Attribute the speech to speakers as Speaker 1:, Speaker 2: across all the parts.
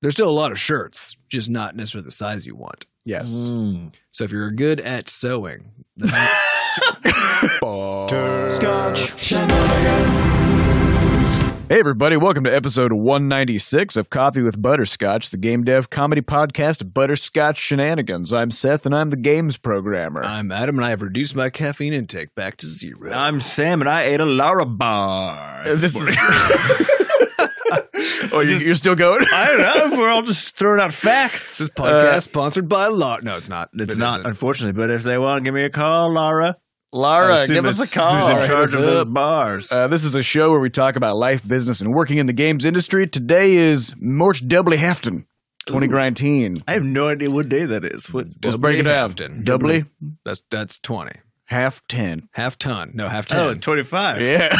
Speaker 1: There's still a lot of shirts, just not necessarily the size you want.
Speaker 2: Yes.
Speaker 3: Mm.
Speaker 1: So if you're good at sewing, then
Speaker 2: Hey, everybody, welcome to episode 196 of Coffee with Butterscotch, the game dev comedy podcast Butterscotch Shenanigans. I'm Seth, and I'm the games programmer.
Speaker 3: Uh,
Speaker 1: I'm Adam and I have reduced my caffeine intake back to zero.
Speaker 3: I'm Sam, and I ate a Larabar.
Speaker 2: This is- oh, you- you're still going?
Speaker 3: I don't know. We're all just throwing out facts. Uh,
Speaker 1: this podcast sponsored by Lot. No, it's not.
Speaker 3: It's
Speaker 1: It
Speaker 3: not,
Speaker 1: isn't.
Speaker 3: unfortunately, but if they want, give me a call, Lara. I
Speaker 2: Lara,
Speaker 3: assume
Speaker 2: give us a
Speaker 3: it's
Speaker 2: call.
Speaker 3: Who's in
Speaker 2: Hit
Speaker 3: charge
Speaker 2: us
Speaker 3: of those
Speaker 2: up.
Speaker 3: bars?
Speaker 2: Uh, this is a show where we talk about life, business, and working in the games industry. Today is March Doubly Hefton, 2019.
Speaker 3: I have no idea what day that is. What?
Speaker 2: Let's
Speaker 1: Doubly
Speaker 2: break it down.
Speaker 1: Hefton.
Speaker 2: Doubly
Speaker 1: That's that's twenty.
Speaker 2: half ten.
Speaker 1: Half ton. No, half
Speaker 3: Oh,
Speaker 1: ton.
Speaker 3: 25.
Speaker 2: Yeah.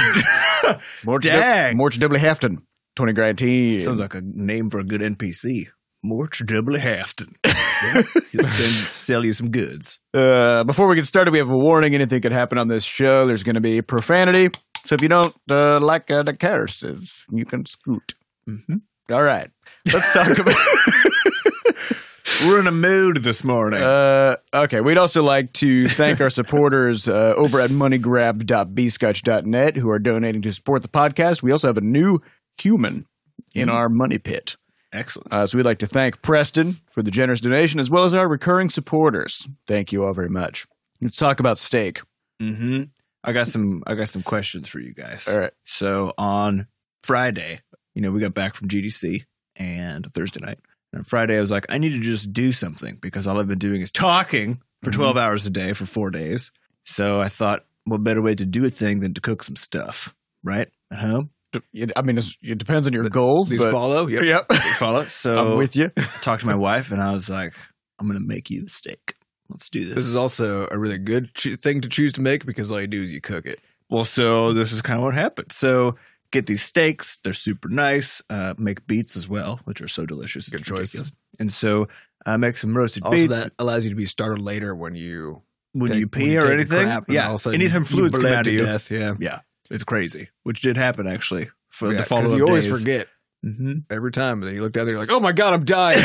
Speaker 2: Morch
Speaker 3: Dang.
Speaker 2: Morch Doubly Hefton, 20 grand team.
Speaker 3: Sounds like a name for a good NPC. Morch Doubly Hafton. Yeah. He'll send, sell you some goods.
Speaker 2: uh, before we get started, we have a warning. Anything could happen on this show. There's going to be profanity. So if you don't uh, like uh, the curses, you can scoot.
Speaker 3: Mhm.
Speaker 2: All right. Let's talk about.
Speaker 3: We're in a mood this morning.
Speaker 2: Uh, okay, we'd also like to thank our supporters uh, over at moneygrab.bscotch.net who are donating to support the podcast. We also have a new human in our money pit.
Speaker 3: Excellent.
Speaker 2: Uh, so we'd like to thank Preston for the generous donation as well as our recurring supporters. Thank you all very much. Let's talk about steak.
Speaker 3: hmm I got some. I got some questions for you guys.
Speaker 2: All right.
Speaker 3: So on Friday, you know, we got back from GDC and Thursday night. And on Friday, I was like, I need to just do something because all I've been doing is talking for 12 hours a day for four days. So I thought, what better way to do a thing than to cook some stuff, right? At home.
Speaker 2: D- I mean, it's, it depends on your goals,
Speaker 1: These
Speaker 2: but
Speaker 1: follow. Yep.
Speaker 2: yep,
Speaker 3: You follow?
Speaker 2: I'm
Speaker 3: So
Speaker 2: with you.
Speaker 3: I talked to my wife and I was like, I'm going to make you a steak. Let's do this.
Speaker 1: This is also a really good cho- thing to choose to make because all you do is you cook it.
Speaker 3: Well, so this is kind of what happened. So get these steaks; they're super nice. Uh, make beets as well, which are so delicious.
Speaker 1: Good
Speaker 3: It's
Speaker 1: choice.
Speaker 3: ridiculous. And so I make some roasted
Speaker 1: Also,
Speaker 3: beets
Speaker 1: that allows you to be started later when you
Speaker 3: when
Speaker 1: take-
Speaker 3: you
Speaker 1: when
Speaker 3: pee or
Speaker 1: take a
Speaker 3: anything.
Speaker 1: crap and all
Speaker 3: yeah,
Speaker 1: of a sudden
Speaker 3: anytime
Speaker 1: you-
Speaker 3: fluids
Speaker 1: you
Speaker 3: come
Speaker 1: bled
Speaker 3: out
Speaker 1: to
Speaker 3: of you,
Speaker 1: death. Yeah,
Speaker 3: it's crazy. Which did happen actually for
Speaker 1: Yeah,
Speaker 3: the
Speaker 1: 'cause
Speaker 3: follow-up
Speaker 1: you always
Speaker 3: days.
Speaker 1: forget
Speaker 3: Mhm.
Speaker 1: every time. And then you look down there, you're like, "Oh my god, I'm dying!"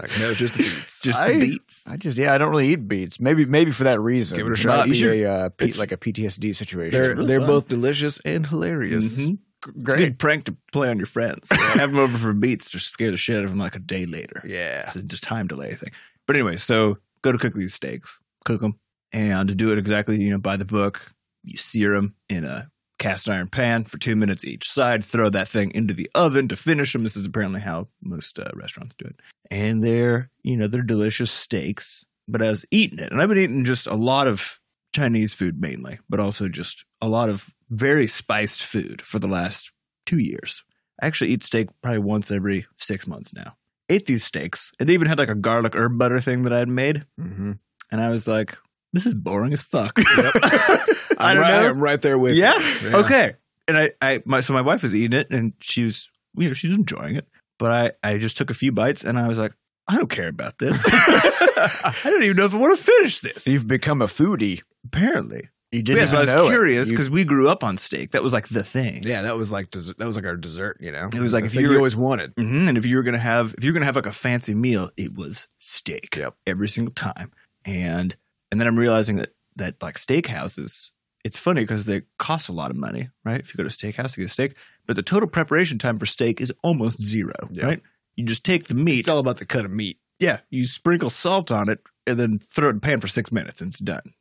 Speaker 1: like, no, it's just the beats.
Speaker 3: Just
Speaker 2: I-
Speaker 3: the beets.
Speaker 2: I just, yeah, I don't really eat beets. Maybe, maybe for that reason,
Speaker 1: Give it a
Speaker 2: Might
Speaker 1: shot.
Speaker 2: be
Speaker 3: You should-
Speaker 2: a, uh, P,
Speaker 3: it's-
Speaker 2: like a PTSD situation.
Speaker 1: they're
Speaker 3: really
Speaker 1: they're
Speaker 3: fun.
Speaker 1: both delicious and hilarious.
Speaker 3: Mhm. It's a
Speaker 2: Great.
Speaker 3: good prank to play on your friends. Have them over for beets to scare the shit out of them like a day later.
Speaker 1: Yeah,
Speaker 3: It's a just time delay thing. But anyway, so go to cook these steaks, cook them, and to do it exactly, you know, by the book, you sear them in a cast iron pan for two minutes each side. Throw that thing into the oven to finish them. This is apparently how most uh, restaurants do it, and they're you know they're delicious steaks. But I was eating it, and I've been eating just a lot of Chinese food mainly, but also just a lot of very spiced food for the last two years. I actually eat steak probably once every six months now ate these steaks, and they even had like a garlic herb butter thing that I had made,
Speaker 1: mm-hmm.
Speaker 3: and I was like, "This is boring as fuck." I
Speaker 1: I'm
Speaker 3: don't
Speaker 1: right,
Speaker 3: know.
Speaker 1: I'm right there with. you.
Speaker 3: yeah?
Speaker 1: Yeah.
Speaker 3: Okay. And I, I, my, so my wife was eating it, and she was, you know, she's enjoying it, but I, I just took a few bites, and I was like, "I don't care about this. I don't even know if I want to finish this."
Speaker 2: You've become a foodie.
Speaker 3: Apparently,
Speaker 2: You didn't
Speaker 3: yeah. So I
Speaker 2: know
Speaker 3: was
Speaker 2: it.
Speaker 3: curious
Speaker 2: You-
Speaker 3: because we grew up on steak; that was like the thing.
Speaker 1: Yeah, that was like dessert. That was like our dessert. You know,
Speaker 3: It was like
Speaker 1: The
Speaker 3: if
Speaker 1: thing
Speaker 3: you
Speaker 1: you
Speaker 3: were-
Speaker 1: always wanted.
Speaker 3: hmm And if you were gonna have if you were gonna have like a fancy meal, it was steak every single time. And and then I'm realizing that that like steakhouses, it's funny because they cost a lot of money, right? If you go to a steakhouse to get a steak, but the total preparation time for steak is almost zero,
Speaker 1: Yeah.
Speaker 3: right? You just take the meat,
Speaker 1: It's all about the cut of meat.
Speaker 3: yeah, you sprinkle salt on it, and then throw it in a pan for six minutes, and it's done.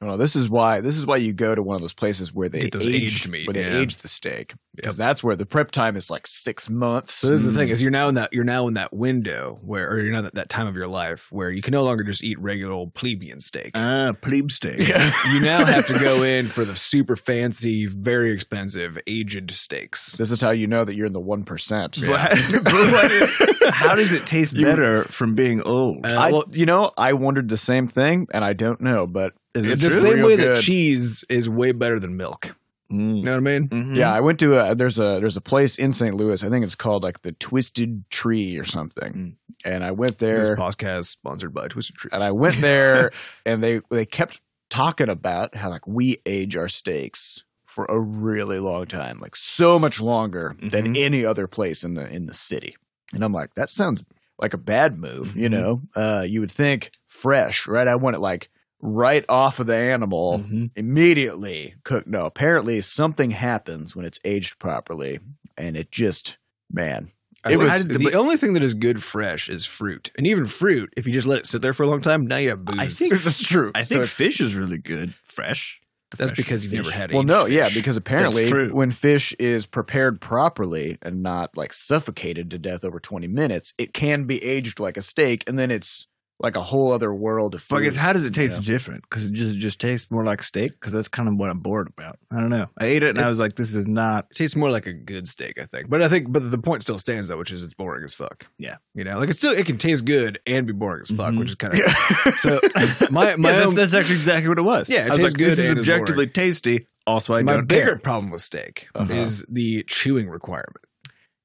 Speaker 2: Well, this is why this is why you go to one of those places where they
Speaker 1: Get those aged
Speaker 2: aged
Speaker 1: meat,
Speaker 2: where they
Speaker 1: yeah.
Speaker 2: age the steak because that's where the prep time is like six months.
Speaker 1: So this is the
Speaker 3: Mm.
Speaker 1: thing: is you're now in that you're now in that window where, or you're now at that time of your life where you can no longer just eat regular old plebeian steak.
Speaker 3: Ah, plebe steak.
Speaker 2: Yeah.
Speaker 1: you now have to go in for the super fancy, very expensive aged steaks.
Speaker 2: This is how you know that you're in the one percent.
Speaker 3: How does it taste
Speaker 2: You-
Speaker 3: better from being old?
Speaker 1: Uh,
Speaker 2: I,
Speaker 1: well,
Speaker 2: you know, I wondered the same thing, and I don't know, but
Speaker 3: Is
Speaker 1: the
Speaker 3: it
Speaker 2: it's
Speaker 3: true?
Speaker 1: same
Speaker 2: Real
Speaker 1: way that
Speaker 2: good.
Speaker 1: cheese is way better than milk.
Speaker 3: Mm.
Speaker 1: You know what I mean?
Speaker 3: Hmm. Mm-hmm.
Speaker 2: yeah, I went to a there's a there's a place in St. Louis. I think it's called like the Twisted Tree or something,
Speaker 3: Mm.
Speaker 2: and I went
Speaker 1: This
Speaker 2: there.
Speaker 1: podcast sponsored by Twisted Tree.
Speaker 2: and I went there and they they kept talking about how like we age our steaks for a really long time, like so much longer than
Speaker 3: Mhm.
Speaker 2: any other place in the in the city. And I'm like, that sounds like a bad move, you know? Uh, you would think fresh, right? I want it like right off of the animal
Speaker 3: Mhm.
Speaker 2: immediately cooked. No, apparently something happens when it's aged properly. And it just, man,
Speaker 1: It
Speaker 2: It was-
Speaker 1: was, the, only thing that is good fresh is fruit, and even fruit, if you just let it sit there for a long time, now you have booze.
Speaker 3: I think
Speaker 2: that's true.
Speaker 3: I
Speaker 2: So
Speaker 3: think
Speaker 2: it's-
Speaker 3: fish is really good fresh. The
Speaker 1: that's
Speaker 3: fresh
Speaker 1: because you've
Speaker 3: fish.
Speaker 1: never had.
Speaker 2: Well,
Speaker 1: aged
Speaker 2: no, yeah,
Speaker 1: fish.
Speaker 2: because apparently
Speaker 3: true.
Speaker 2: when fish is prepared properly and not like suffocated to death over 20 minutes, it can be aged like a steak and then it's like a whole other world of
Speaker 3: Fuck,
Speaker 2: food.
Speaker 3: it's how does it taste
Speaker 2: Yeah.
Speaker 3: different? Because it just just tastes more like steak. Because that's kind of what I'm bored about. I don't know. I ate it and I was like, this is not.
Speaker 1: it tastes more like a good steak, I think. But I think, but the point still stands though, which is it's boring as fuck.
Speaker 3: Yeah.
Speaker 1: you know, like it's still it can taste good and be boring as fuck,
Speaker 3: Mhm.
Speaker 1: which is kind of
Speaker 2: Yeah.
Speaker 1: so. My my
Speaker 3: yeah,
Speaker 1: own-
Speaker 3: that's, that's actually exactly what it was.
Speaker 1: Yeah, it
Speaker 3: I was
Speaker 1: tastes
Speaker 3: like, this
Speaker 1: good
Speaker 3: is
Speaker 1: and it's boring.
Speaker 3: objectively tasty. Also, I
Speaker 1: my
Speaker 3: don't
Speaker 1: bigger
Speaker 3: care.
Speaker 1: problem with steak
Speaker 3: Uh-huh.
Speaker 1: is the chewing requirement.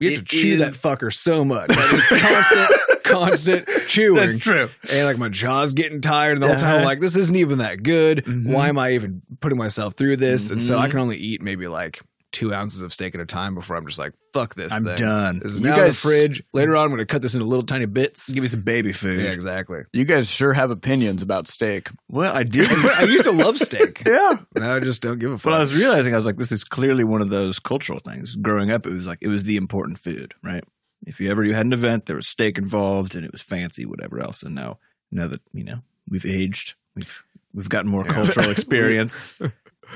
Speaker 1: You have
Speaker 3: It
Speaker 1: to chew that
Speaker 3: is-
Speaker 1: fucker so much. That is constant, constant chewing.
Speaker 3: true.
Speaker 1: and like my jaw's getting tired and the whole time I'm
Speaker 3: Uh-huh.
Speaker 1: like this isn't even that good
Speaker 3: Mhm.
Speaker 1: why am i even putting myself through this and so i
Speaker 3: Mhm.
Speaker 1: can only eat maybe like two ounces of steak at a time before i'm just like fuck this
Speaker 3: I'm
Speaker 1: thing
Speaker 3: done.
Speaker 1: this is
Speaker 2: You
Speaker 1: now in the
Speaker 2: guys-
Speaker 1: fridge later on i'm gonna cut this into little tiny bits
Speaker 3: Give me some baby food.
Speaker 1: yeah exactly
Speaker 2: you guys sure have opinions about steak.
Speaker 3: Well, I did.
Speaker 1: i used to love steak
Speaker 3: yeah.
Speaker 1: now i just don't give a fuck
Speaker 3: But I was realizing I was like, this is clearly one of those cultural things. Growing up, it was like it was the important food, right? If you ever you had an event, there was steak involved, and it was fancy, whatever else. And now, now that you know we've aged, we've we've gotten more
Speaker 1: Yeah.
Speaker 3: cultural experience.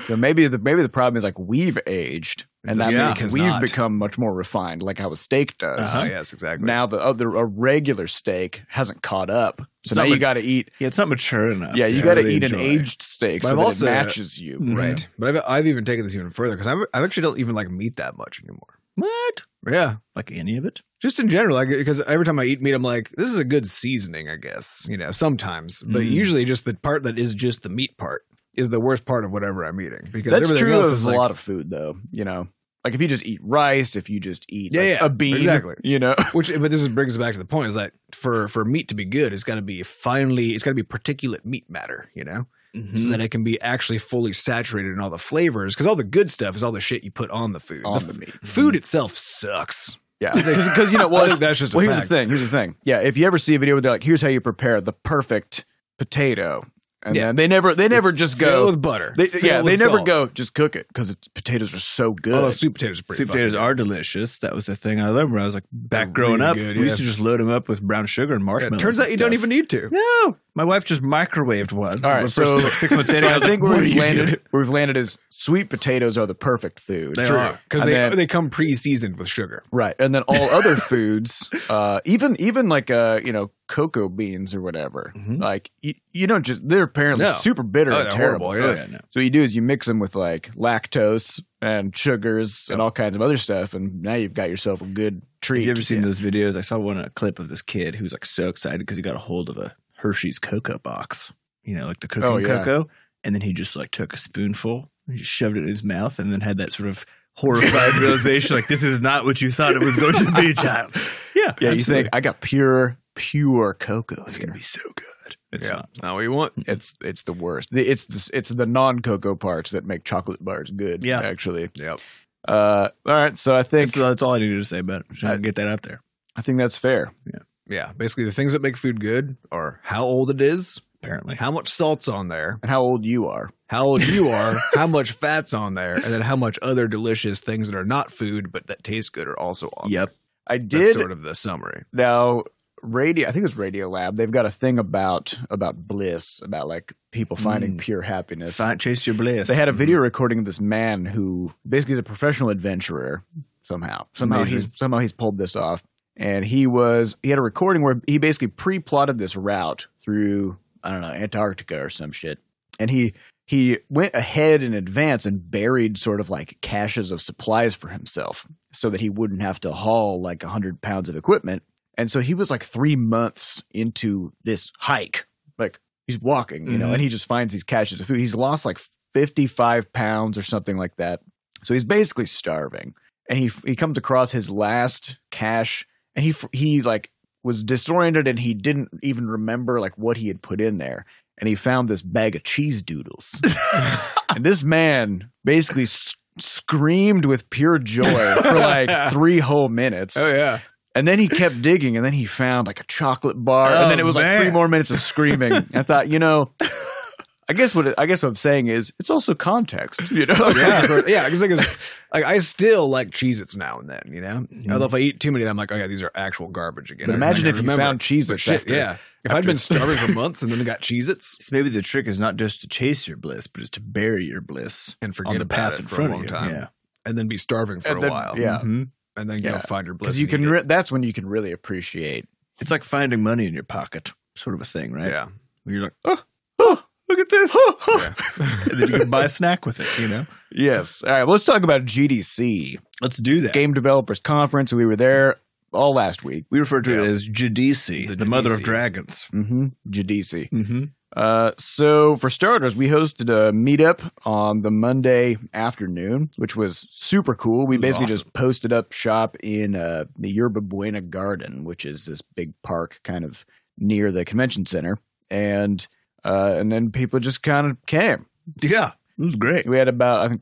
Speaker 2: So maybe the maybe the problem is like we've aged and
Speaker 1: The
Speaker 2: that
Speaker 1: steak
Speaker 2: means
Speaker 1: has
Speaker 2: we've
Speaker 1: not.
Speaker 2: become much more refined, like how a steak does.
Speaker 3: Uh-huh.
Speaker 1: oh, yes exactly
Speaker 2: Now the other a regular steak hasn't caught up, so
Speaker 3: It's
Speaker 2: now
Speaker 3: not
Speaker 2: you
Speaker 3: ma-
Speaker 2: got to eat.
Speaker 3: yeah, it's not mature enough.
Speaker 2: Yeah, you
Speaker 3: to
Speaker 2: got to
Speaker 3: really
Speaker 2: eat an
Speaker 3: enjoy.
Speaker 2: aged steak
Speaker 1: But
Speaker 2: so
Speaker 1: I've
Speaker 2: that
Speaker 1: also- Mm,
Speaker 2: it matches you.
Speaker 3: Mhm.
Speaker 1: right but I've, I've even taken this even further because I actually don't even like meat that much anymore
Speaker 3: What?
Speaker 1: yeah
Speaker 3: Like any of it?
Speaker 1: just in general like because every time i eat meat i'm like this is a good seasoning i guess you know sometimes but
Speaker 3: Mm.
Speaker 1: usually just the part that is just the meat part is the worst part of whatever i'm eating because
Speaker 2: That's
Speaker 1: everything
Speaker 2: true
Speaker 1: else
Speaker 2: of
Speaker 1: is
Speaker 2: a
Speaker 1: like,
Speaker 2: lot of food, though. You know, like if you just eat rice, if you just eat
Speaker 1: Yeah,
Speaker 2: like,
Speaker 1: yeah,
Speaker 2: a bean,
Speaker 1: exactly.
Speaker 2: You know,
Speaker 1: which but this is, brings us back to the point is that for for meat to be good it's got to be finely it's got to be particulate meat matter you know
Speaker 2: Mm.
Speaker 1: so that it can be actually fully saturated in all the flavors because all the good stuff is all the shit you put on the food
Speaker 2: on
Speaker 1: the,
Speaker 2: the meat.
Speaker 1: f- food itself sucks
Speaker 2: Yeah, because you know,
Speaker 1: well,
Speaker 2: well, it's-
Speaker 1: that's just a
Speaker 2: well, here's
Speaker 1: fact
Speaker 2: the thing. Here's the thing. Yeah, if you ever see a video where they're like, "Here's how you prepare the perfect potato," and
Speaker 1: Yeah.
Speaker 2: then they never, they never just
Speaker 1: Fill
Speaker 2: go.
Speaker 1: with butter
Speaker 2: They,
Speaker 1: Fill
Speaker 2: yeah,
Speaker 1: with
Speaker 2: they never
Speaker 1: salt. Oh,
Speaker 2: go. Just cook it because potatoes are so good.
Speaker 1: Although sweet potatoes are pretty
Speaker 3: Sweet
Speaker 1: fucking
Speaker 3: potatoes
Speaker 1: good.
Speaker 3: are delicious. That was the thing I learned when I was like back
Speaker 1: They're
Speaker 3: growing
Speaker 1: really
Speaker 3: up.
Speaker 1: good,
Speaker 3: we
Speaker 1: yeah.
Speaker 3: used to just load them up with brown sugar and
Speaker 1: Yeah,
Speaker 3: marshmallows.
Speaker 1: turns out
Speaker 3: and
Speaker 1: you don't
Speaker 3: stuff.
Speaker 1: even need to.
Speaker 3: No, my wife just microwaved one.
Speaker 2: All right,
Speaker 3: The first,
Speaker 2: so-
Speaker 3: like, six months in,
Speaker 2: So
Speaker 3: I,
Speaker 2: I think
Speaker 3: where
Speaker 2: where we've landed, where we've landed is sweet potatoes are the perfect food.
Speaker 3: They
Speaker 1: True,
Speaker 3: are.
Speaker 1: because
Speaker 2: And
Speaker 1: they
Speaker 2: then-
Speaker 1: they come pre-seasoned with sugar.
Speaker 2: Right. And then all other foods, uh, even even like uh, you know, cocoa beans or whatever.
Speaker 3: Mhm.
Speaker 2: Like you, you don't just they're apparently
Speaker 1: No.
Speaker 2: super bitter
Speaker 1: Oh,
Speaker 2: and
Speaker 1: they're
Speaker 2: terrible.
Speaker 1: horrible,
Speaker 3: Oh
Speaker 1: yeah.
Speaker 3: yeah, no.
Speaker 2: So what you do is you mix them with like lactose and sugars and all kinds of other stuff, and now you've got yourself a good treat.
Speaker 3: Have you ever seen those videos? I saw one a clip of this kid who was like so excited because he got a hold of a Hershey's cocoa box, you know, like the cooking
Speaker 2: Oh, yeah.
Speaker 3: cocoa, and then he just like took a spoonful and just shoved it in his mouth, and then had that sort of horrified realization, like this is not what you thought it was going to be, child. Yeah,
Speaker 2: Yeah, you
Speaker 3: absolutely.
Speaker 2: think I got pure, pure cocoa.
Speaker 3: it's
Speaker 2: here."
Speaker 3: gonna be so good? It's
Speaker 1: yeah,
Speaker 3: not.
Speaker 1: not what you want.
Speaker 2: It's it's the worst. The- It's the, it's the non cocoa parts that make chocolate bars good.
Speaker 3: Yeah.
Speaker 2: actually.
Speaker 1: Yep.
Speaker 2: Uh, all right. So I think
Speaker 1: uh,
Speaker 3: That's, that's all I needed to say about it. Just
Speaker 2: I-
Speaker 3: get that out there.
Speaker 2: I think that's fair.
Speaker 1: Yeah, basically the things that make food good are how old it is,
Speaker 3: Apparently,
Speaker 1: how much salt's on there,
Speaker 2: And how old you are.
Speaker 1: how old you are, how much fat's on there, and then how much other delicious things that are not food but that taste good are also on.
Speaker 3: yep.
Speaker 2: I
Speaker 1: there.
Speaker 2: did
Speaker 1: That's sort of the summary.
Speaker 2: now radio i think it was radio lab they've got a thing about about bliss about like people finding
Speaker 3: Mm.
Speaker 2: pure happiness
Speaker 3: Find, chase your bliss.
Speaker 2: they had a video recording of this man who basically is a professional adventurer somehow somehow
Speaker 3: Amazing.
Speaker 2: he's somehow he's pulled this off and he was he had a recording where he basically pre-plotted this route through i don't know antarctica or some shit and he he went ahead in advance and buried sort of like caches of supplies for himself so that he wouldn't have to haul like 100 pounds of equipment and so he was like three months into this hike. Like he's walking, you know,
Speaker 3: Mhm.
Speaker 2: and he just finds these caches of food. He's lost like 55 pounds or something like that. So he's basically starving. And he he comes across his last cache and he he like was disoriented and he didn't even remember like what he had put in there. And he found this bag of cheese doodles. and this man basically s- screamed with pure joy for like three whole minutes
Speaker 1: Oh, yeah,
Speaker 2: And then he kept digging, and then he found like a chocolate bar,
Speaker 3: Oh,
Speaker 2: and then it was like three
Speaker 3: man.
Speaker 2: more minutes of screaming. I thought, you know, I guess what I guess what I'm saying is it's also context, you know.
Speaker 1: yeah, yeah. Because like, it's- like, I still like Cheez-Its now and then, you know.
Speaker 3: Mhm.
Speaker 1: Although if I eat too many, I'm like, oh yeah, these are actual garbage again.
Speaker 2: But
Speaker 1: I
Speaker 2: imagine
Speaker 1: can
Speaker 2: if you
Speaker 1: remember.
Speaker 2: found Cheez-Its
Speaker 1: But shit,
Speaker 2: after-
Speaker 1: yeah. If I'd
Speaker 2: after-
Speaker 1: been starving for months and then got Cheez-Its
Speaker 3: So maybe the trick is not just to chase your bliss, but is to bury your bliss
Speaker 1: and forget
Speaker 3: on the
Speaker 1: about
Speaker 3: path
Speaker 1: it
Speaker 3: in
Speaker 1: for
Speaker 3: front
Speaker 1: a long
Speaker 3: of you.
Speaker 1: time,
Speaker 3: Yeah.
Speaker 1: and then be starving for
Speaker 2: And
Speaker 1: a
Speaker 2: then-
Speaker 1: while,
Speaker 2: yeah.
Speaker 3: Mhm.
Speaker 1: and then go
Speaker 2: Yeah.
Speaker 1: find your bliss.
Speaker 2: Because
Speaker 1: and
Speaker 2: you
Speaker 1: eat
Speaker 2: can,
Speaker 1: it.
Speaker 2: re- that's when you can really appreciate.
Speaker 3: It's like finding money in your pocket, sort of a thing, right?
Speaker 1: yeah,
Speaker 3: Where you're like, oh, oh, look at this. Oh, oh. and then you can buy a snack with it, you know?
Speaker 2: Yes. All right. well, let's talk about GDC,
Speaker 3: Let's do that.
Speaker 2: Game Developers Conference. We were there all last week.
Speaker 3: We refer to it
Speaker 1: Yeah.
Speaker 3: as Judici,
Speaker 1: The
Speaker 3: the, mother of
Speaker 1: Judici.
Speaker 3: dragons.
Speaker 2: Mm-hmm. GDC.
Speaker 3: Mm-hmm.
Speaker 2: Uh, so for starters, we hosted a meetup on the Monday afternoon, which was super cool. We
Speaker 3: It was
Speaker 2: basically
Speaker 3: awesome.
Speaker 2: just posted up shop in uh, the Yerba Buena Garden, which is this big park kind of near the convention center, and uh, and then people just kind of came.
Speaker 3: Yeah, it was great.
Speaker 2: We had about I think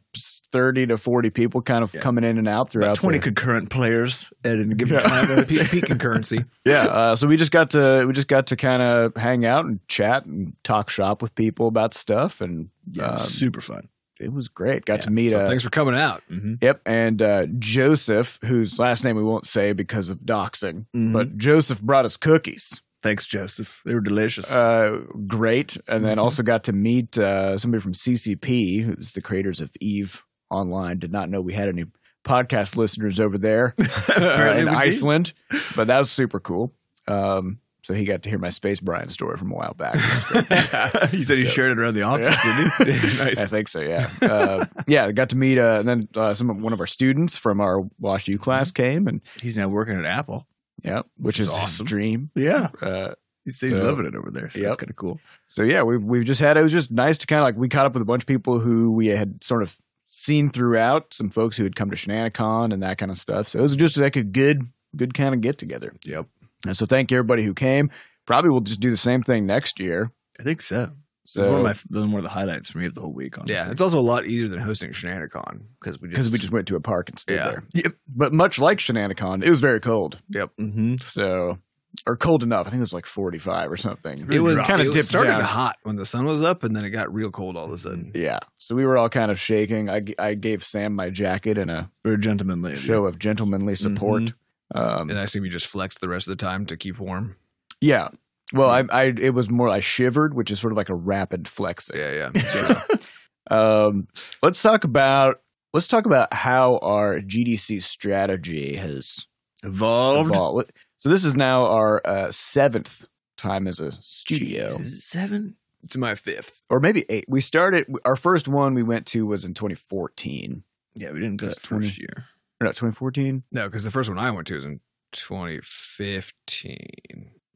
Speaker 2: thirty to forty people kind of
Speaker 3: Yeah.
Speaker 2: coming in and out
Speaker 3: About
Speaker 2: throughout.
Speaker 3: 20
Speaker 2: the-
Speaker 3: concurrent players at a given
Speaker 2: Yeah.
Speaker 3: time.
Speaker 1: Uh, peak, peak concurrency.
Speaker 2: yeah. Uh, so we just got to we just got to kind of hang out and chat and talk shop with people about stuff, and
Speaker 3: Yeah,
Speaker 2: um,
Speaker 3: super fun.
Speaker 2: it was great. Got
Speaker 3: Yeah.
Speaker 2: to meet.
Speaker 1: So
Speaker 2: uh,
Speaker 1: thanks for coming out.
Speaker 3: Mm-hmm.
Speaker 2: Yep. And uh, Joseph, whose last name we won't say because of doxing,
Speaker 3: But
Speaker 2: but Joseph brought us cookies.
Speaker 3: Mm-hmm. thanks, Joseph. They were delicious.
Speaker 2: Uh, great. And then
Speaker 3: Mhm.
Speaker 2: also got to meet uh, somebody from CCP, who's the creators of Eve Online. Did not know we had any podcast listeners over there uh,
Speaker 3: Apparently
Speaker 2: in
Speaker 3: we did.
Speaker 2: Iceland, but that was super cool. Um, so he got to hear my Space Brian story from a while back.
Speaker 3: he said he
Speaker 2: So-
Speaker 3: shared it around the office,
Speaker 2: Yeah.
Speaker 3: didn't he?
Speaker 2: I think so. Yeah, uh, yeah. Got to meet, uh, and then uh, some one of our students from our Wash U class came, and
Speaker 3: He's now working at Apple.
Speaker 2: Yeah, which, is
Speaker 3: Mm-hmm. is
Speaker 2: his
Speaker 3: awesome.
Speaker 2: dream.
Speaker 3: Yeah.
Speaker 2: Uh,
Speaker 3: He's, he's
Speaker 2: So-
Speaker 3: loving it over there. So
Speaker 2: Yep.
Speaker 3: that's kind of cool.
Speaker 2: so yeah, we we've just had it was just nice to kind of like we caught up with a bunch of people who we had sort of seen throughout, some folks who had come to Shenanigans and that kind of stuff. So it was just like a good good kind of get together.
Speaker 3: Yep.
Speaker 2: And so thank you everybody who came. Probably we'll just do the same thing next year.
Speaker 3: I think so. This
Speaker 2: So
Speaker 3: is one of my one of the highlights for me of the whole week. Honestly.
Speaker 1: Yeah, it's also a lot easier than hosting Shenanigans because we
Speaker 2: because
Speaker 1: just
Speaker 2: we just went to a park and stayed
Speaker 1: Yeah.
Speaker 2: there.
Speaker 3: Yep.
Speaker 2: But much like Shenanigans, it was very cold.
Speaker 3: Mm-hmm.
Speaker 2: So or cold enough. I think it was like forty five or something.
Speaker 1: it was
Speaker 3: dropped.
Speaker 1: kind
Speaker 2: Kinda
Speaker 1: of
Speaker 2: dipped
Speaker 1: started
Speaker 2: down.
Speaker 1: hot when the sun was up, and then it got real cold all of a sudden.
Speaker 2: Yeah. So we were all kind of shaking. I, g- I gave Sam my jacket and a
Speaker 3: Very gentlemanly. of you.
Speaker 2: show of gentlemanly support.
Speaker 1: And
Speaker 2: Um,
Speaker 1: I assume you just flexed the rest of the time to keep warm.
Speaker 2: yeah. Well, I, I it was more I shivered, which is sort of like a rapid flexing.
Speaker 1: Yeah, yeah. Sort of.
Speaker 2: Um, let's talk about let's talk about how our GDC strategy has
Speaker 3: Evolved.
Speaker 2: evolved. So this is now our uh, seventh time as a studio,
Speaker 3: Jeez, is it seven?
Speaker 1: it's my fifth.
Speaker 2: or maybe eight. We started our first one we went to was in 2014.
Speaker 3: Yeah, we didn't go
Speaker 2: That's
Speaker 3: that first year.
Speaker 2: Or not 2014.
Speaker 1: No, because the first one I went to was in 2015.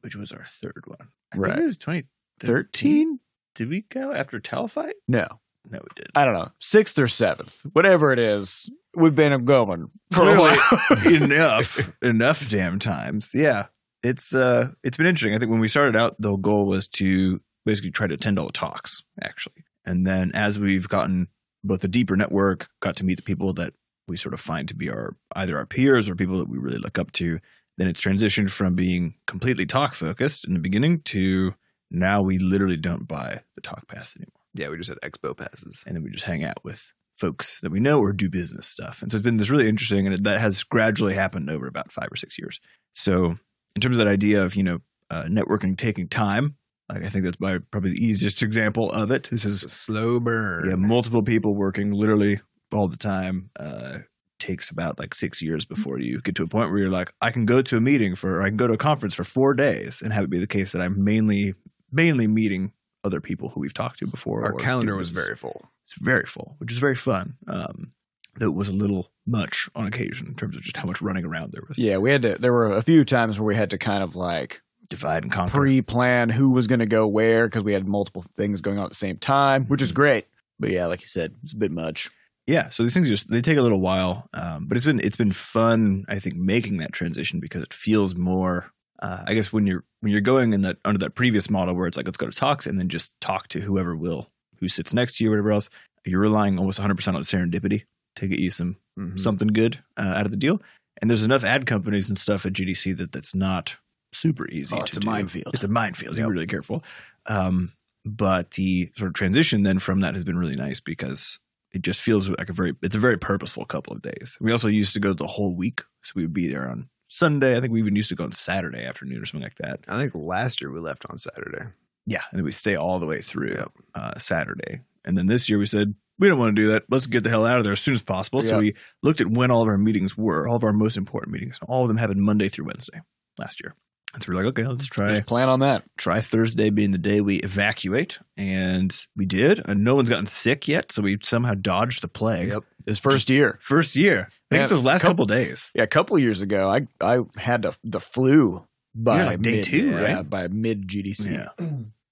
Speaker 3: which was our third one. I
Speaker 2: Right.
Speaker 3: think it was 2013.
Speaker 2: 13?
Speaker 3: Did we go after Telfight?
Speaker 2: No.
Speaker 3: No, we did.
Speaker 2: I don't know, sixth or seventh, whatever it is, we've been going for a
Speaker 3: Clearly.
Speaker 2: while.
Speaker 3: enough, enough damn times. Yeah, it's uh, it's been interesting. I think when we started out, the goal was to basically try to ten dollar talks actually, and then as we've gotten both a deeper network, got to meet the people that we sort of find to be our either our peers or people that we really look up to. Then it's transitioned from being completely talk focused in the beginning to now we literally don't buy the talk pass anymore.
Speaker 1: Yeah, we just had expo passes.
Speaker 3: and then we just hang out with folks that we know or do business stuff. And so it's been this really interesting, and that has gradually happened over about five or six years. So in terms of that idea of you know uh, networking taking time, like I think that's by probably the easiest example of it. This is
Speaker 1: It's a slow burn.
Speaker 3: yeah, multiple people working literally all the time. Uh, takes about like six years before you get to a point where you're like, I can go to a meeting for, or I can go to a conference for four days and have it be the case that I'm mainly, mainly meeting other people who we've talked to before.
Speaker 1: Our
Speaker 3: or
Speaker 1: calendar
Speaker 3: doing
Speaker 1: was
Speaker 3: business
Speaker 1: very full.
Speaker 3: it's very full, which is very fun. Um, though it was a little much on occasion in terms of just how much running around there was.
Speaker 2: yeah, we had to. There were a few times where we had to kind of like
Speaker 3: Divide and conquer.
Speaker 2: pre-plan who was going to go where because we had multiple things going on at the same time, which
Speaker 3: Mm.
Speaker 2: is great. But yeah, like you said, it's a bit much.
Speaker 3: yeah, so these things just they take a little while, um, but it's been it's been fun. I think making that transition because it feels more. Uh, I guess when you're when you're going in that under that previous model where it's like let's go to talks and then just talk to whoever will who sits next to you or whatever else, you're relying almost 100 percent on serendipity to get you some
Speaker 2: Mm-hmm.
Speaker 1: Mhm.
Speaker 3: something good uh, out of the deal. And there's enough ad companies and stuff at GDC that that's not super easy
Speaker 2: Oh,
Speaker 3: to
Speaker 2: it's a
Speaker 3: do.
Speaker 2: minefield.
Speaker 3: It's a minefield. You
Speaker 1: Yep.
Speaker 3: be really careful. Um, but the sort of transition then from that has been really nice because it just feels like a very it's a very purposeful couple of days. We also used to go the whole week, so we would be there on Sunday. I think we even used to go on Saturday afternoon or something like that.
Speaker 1: I think last year we left on Saturday.
Speaker 3: Yeah, and then we stay all the way through uh, Saturday. And then this year we said we don't want to do that. Let's get the hell out of there as soon as possible. So
Speaker 2: Yeah.
Speaker 3: we looked at when all of our meetings were, all of our most important meetings. and All of them happened Monday through Wednesday last year. And so we're like, okay, let's try
Speaker 2: Just plan on that.
Speaker 3: try Thursday being the day we evacuate, and we did. And no one's gotten sick yet, so we somehow dodged the plague.
Speaker 1: Yep.
Speaker 2: His first year.
Speaker 3: First year, I think
Speaker 2: Yeah,
Speaker 3: it's those last couple,
Speaker 2: couple-
Speaker 3: days.
Speaker 2: Yeah, a couple years ago, I I had the, the flu by
Speaker 3: Yeah, like day
Speaker 2: mid,
Speaker 3: two,
Speaker 2: Yeah, by mid GDC.
Speaker 3: Yeah.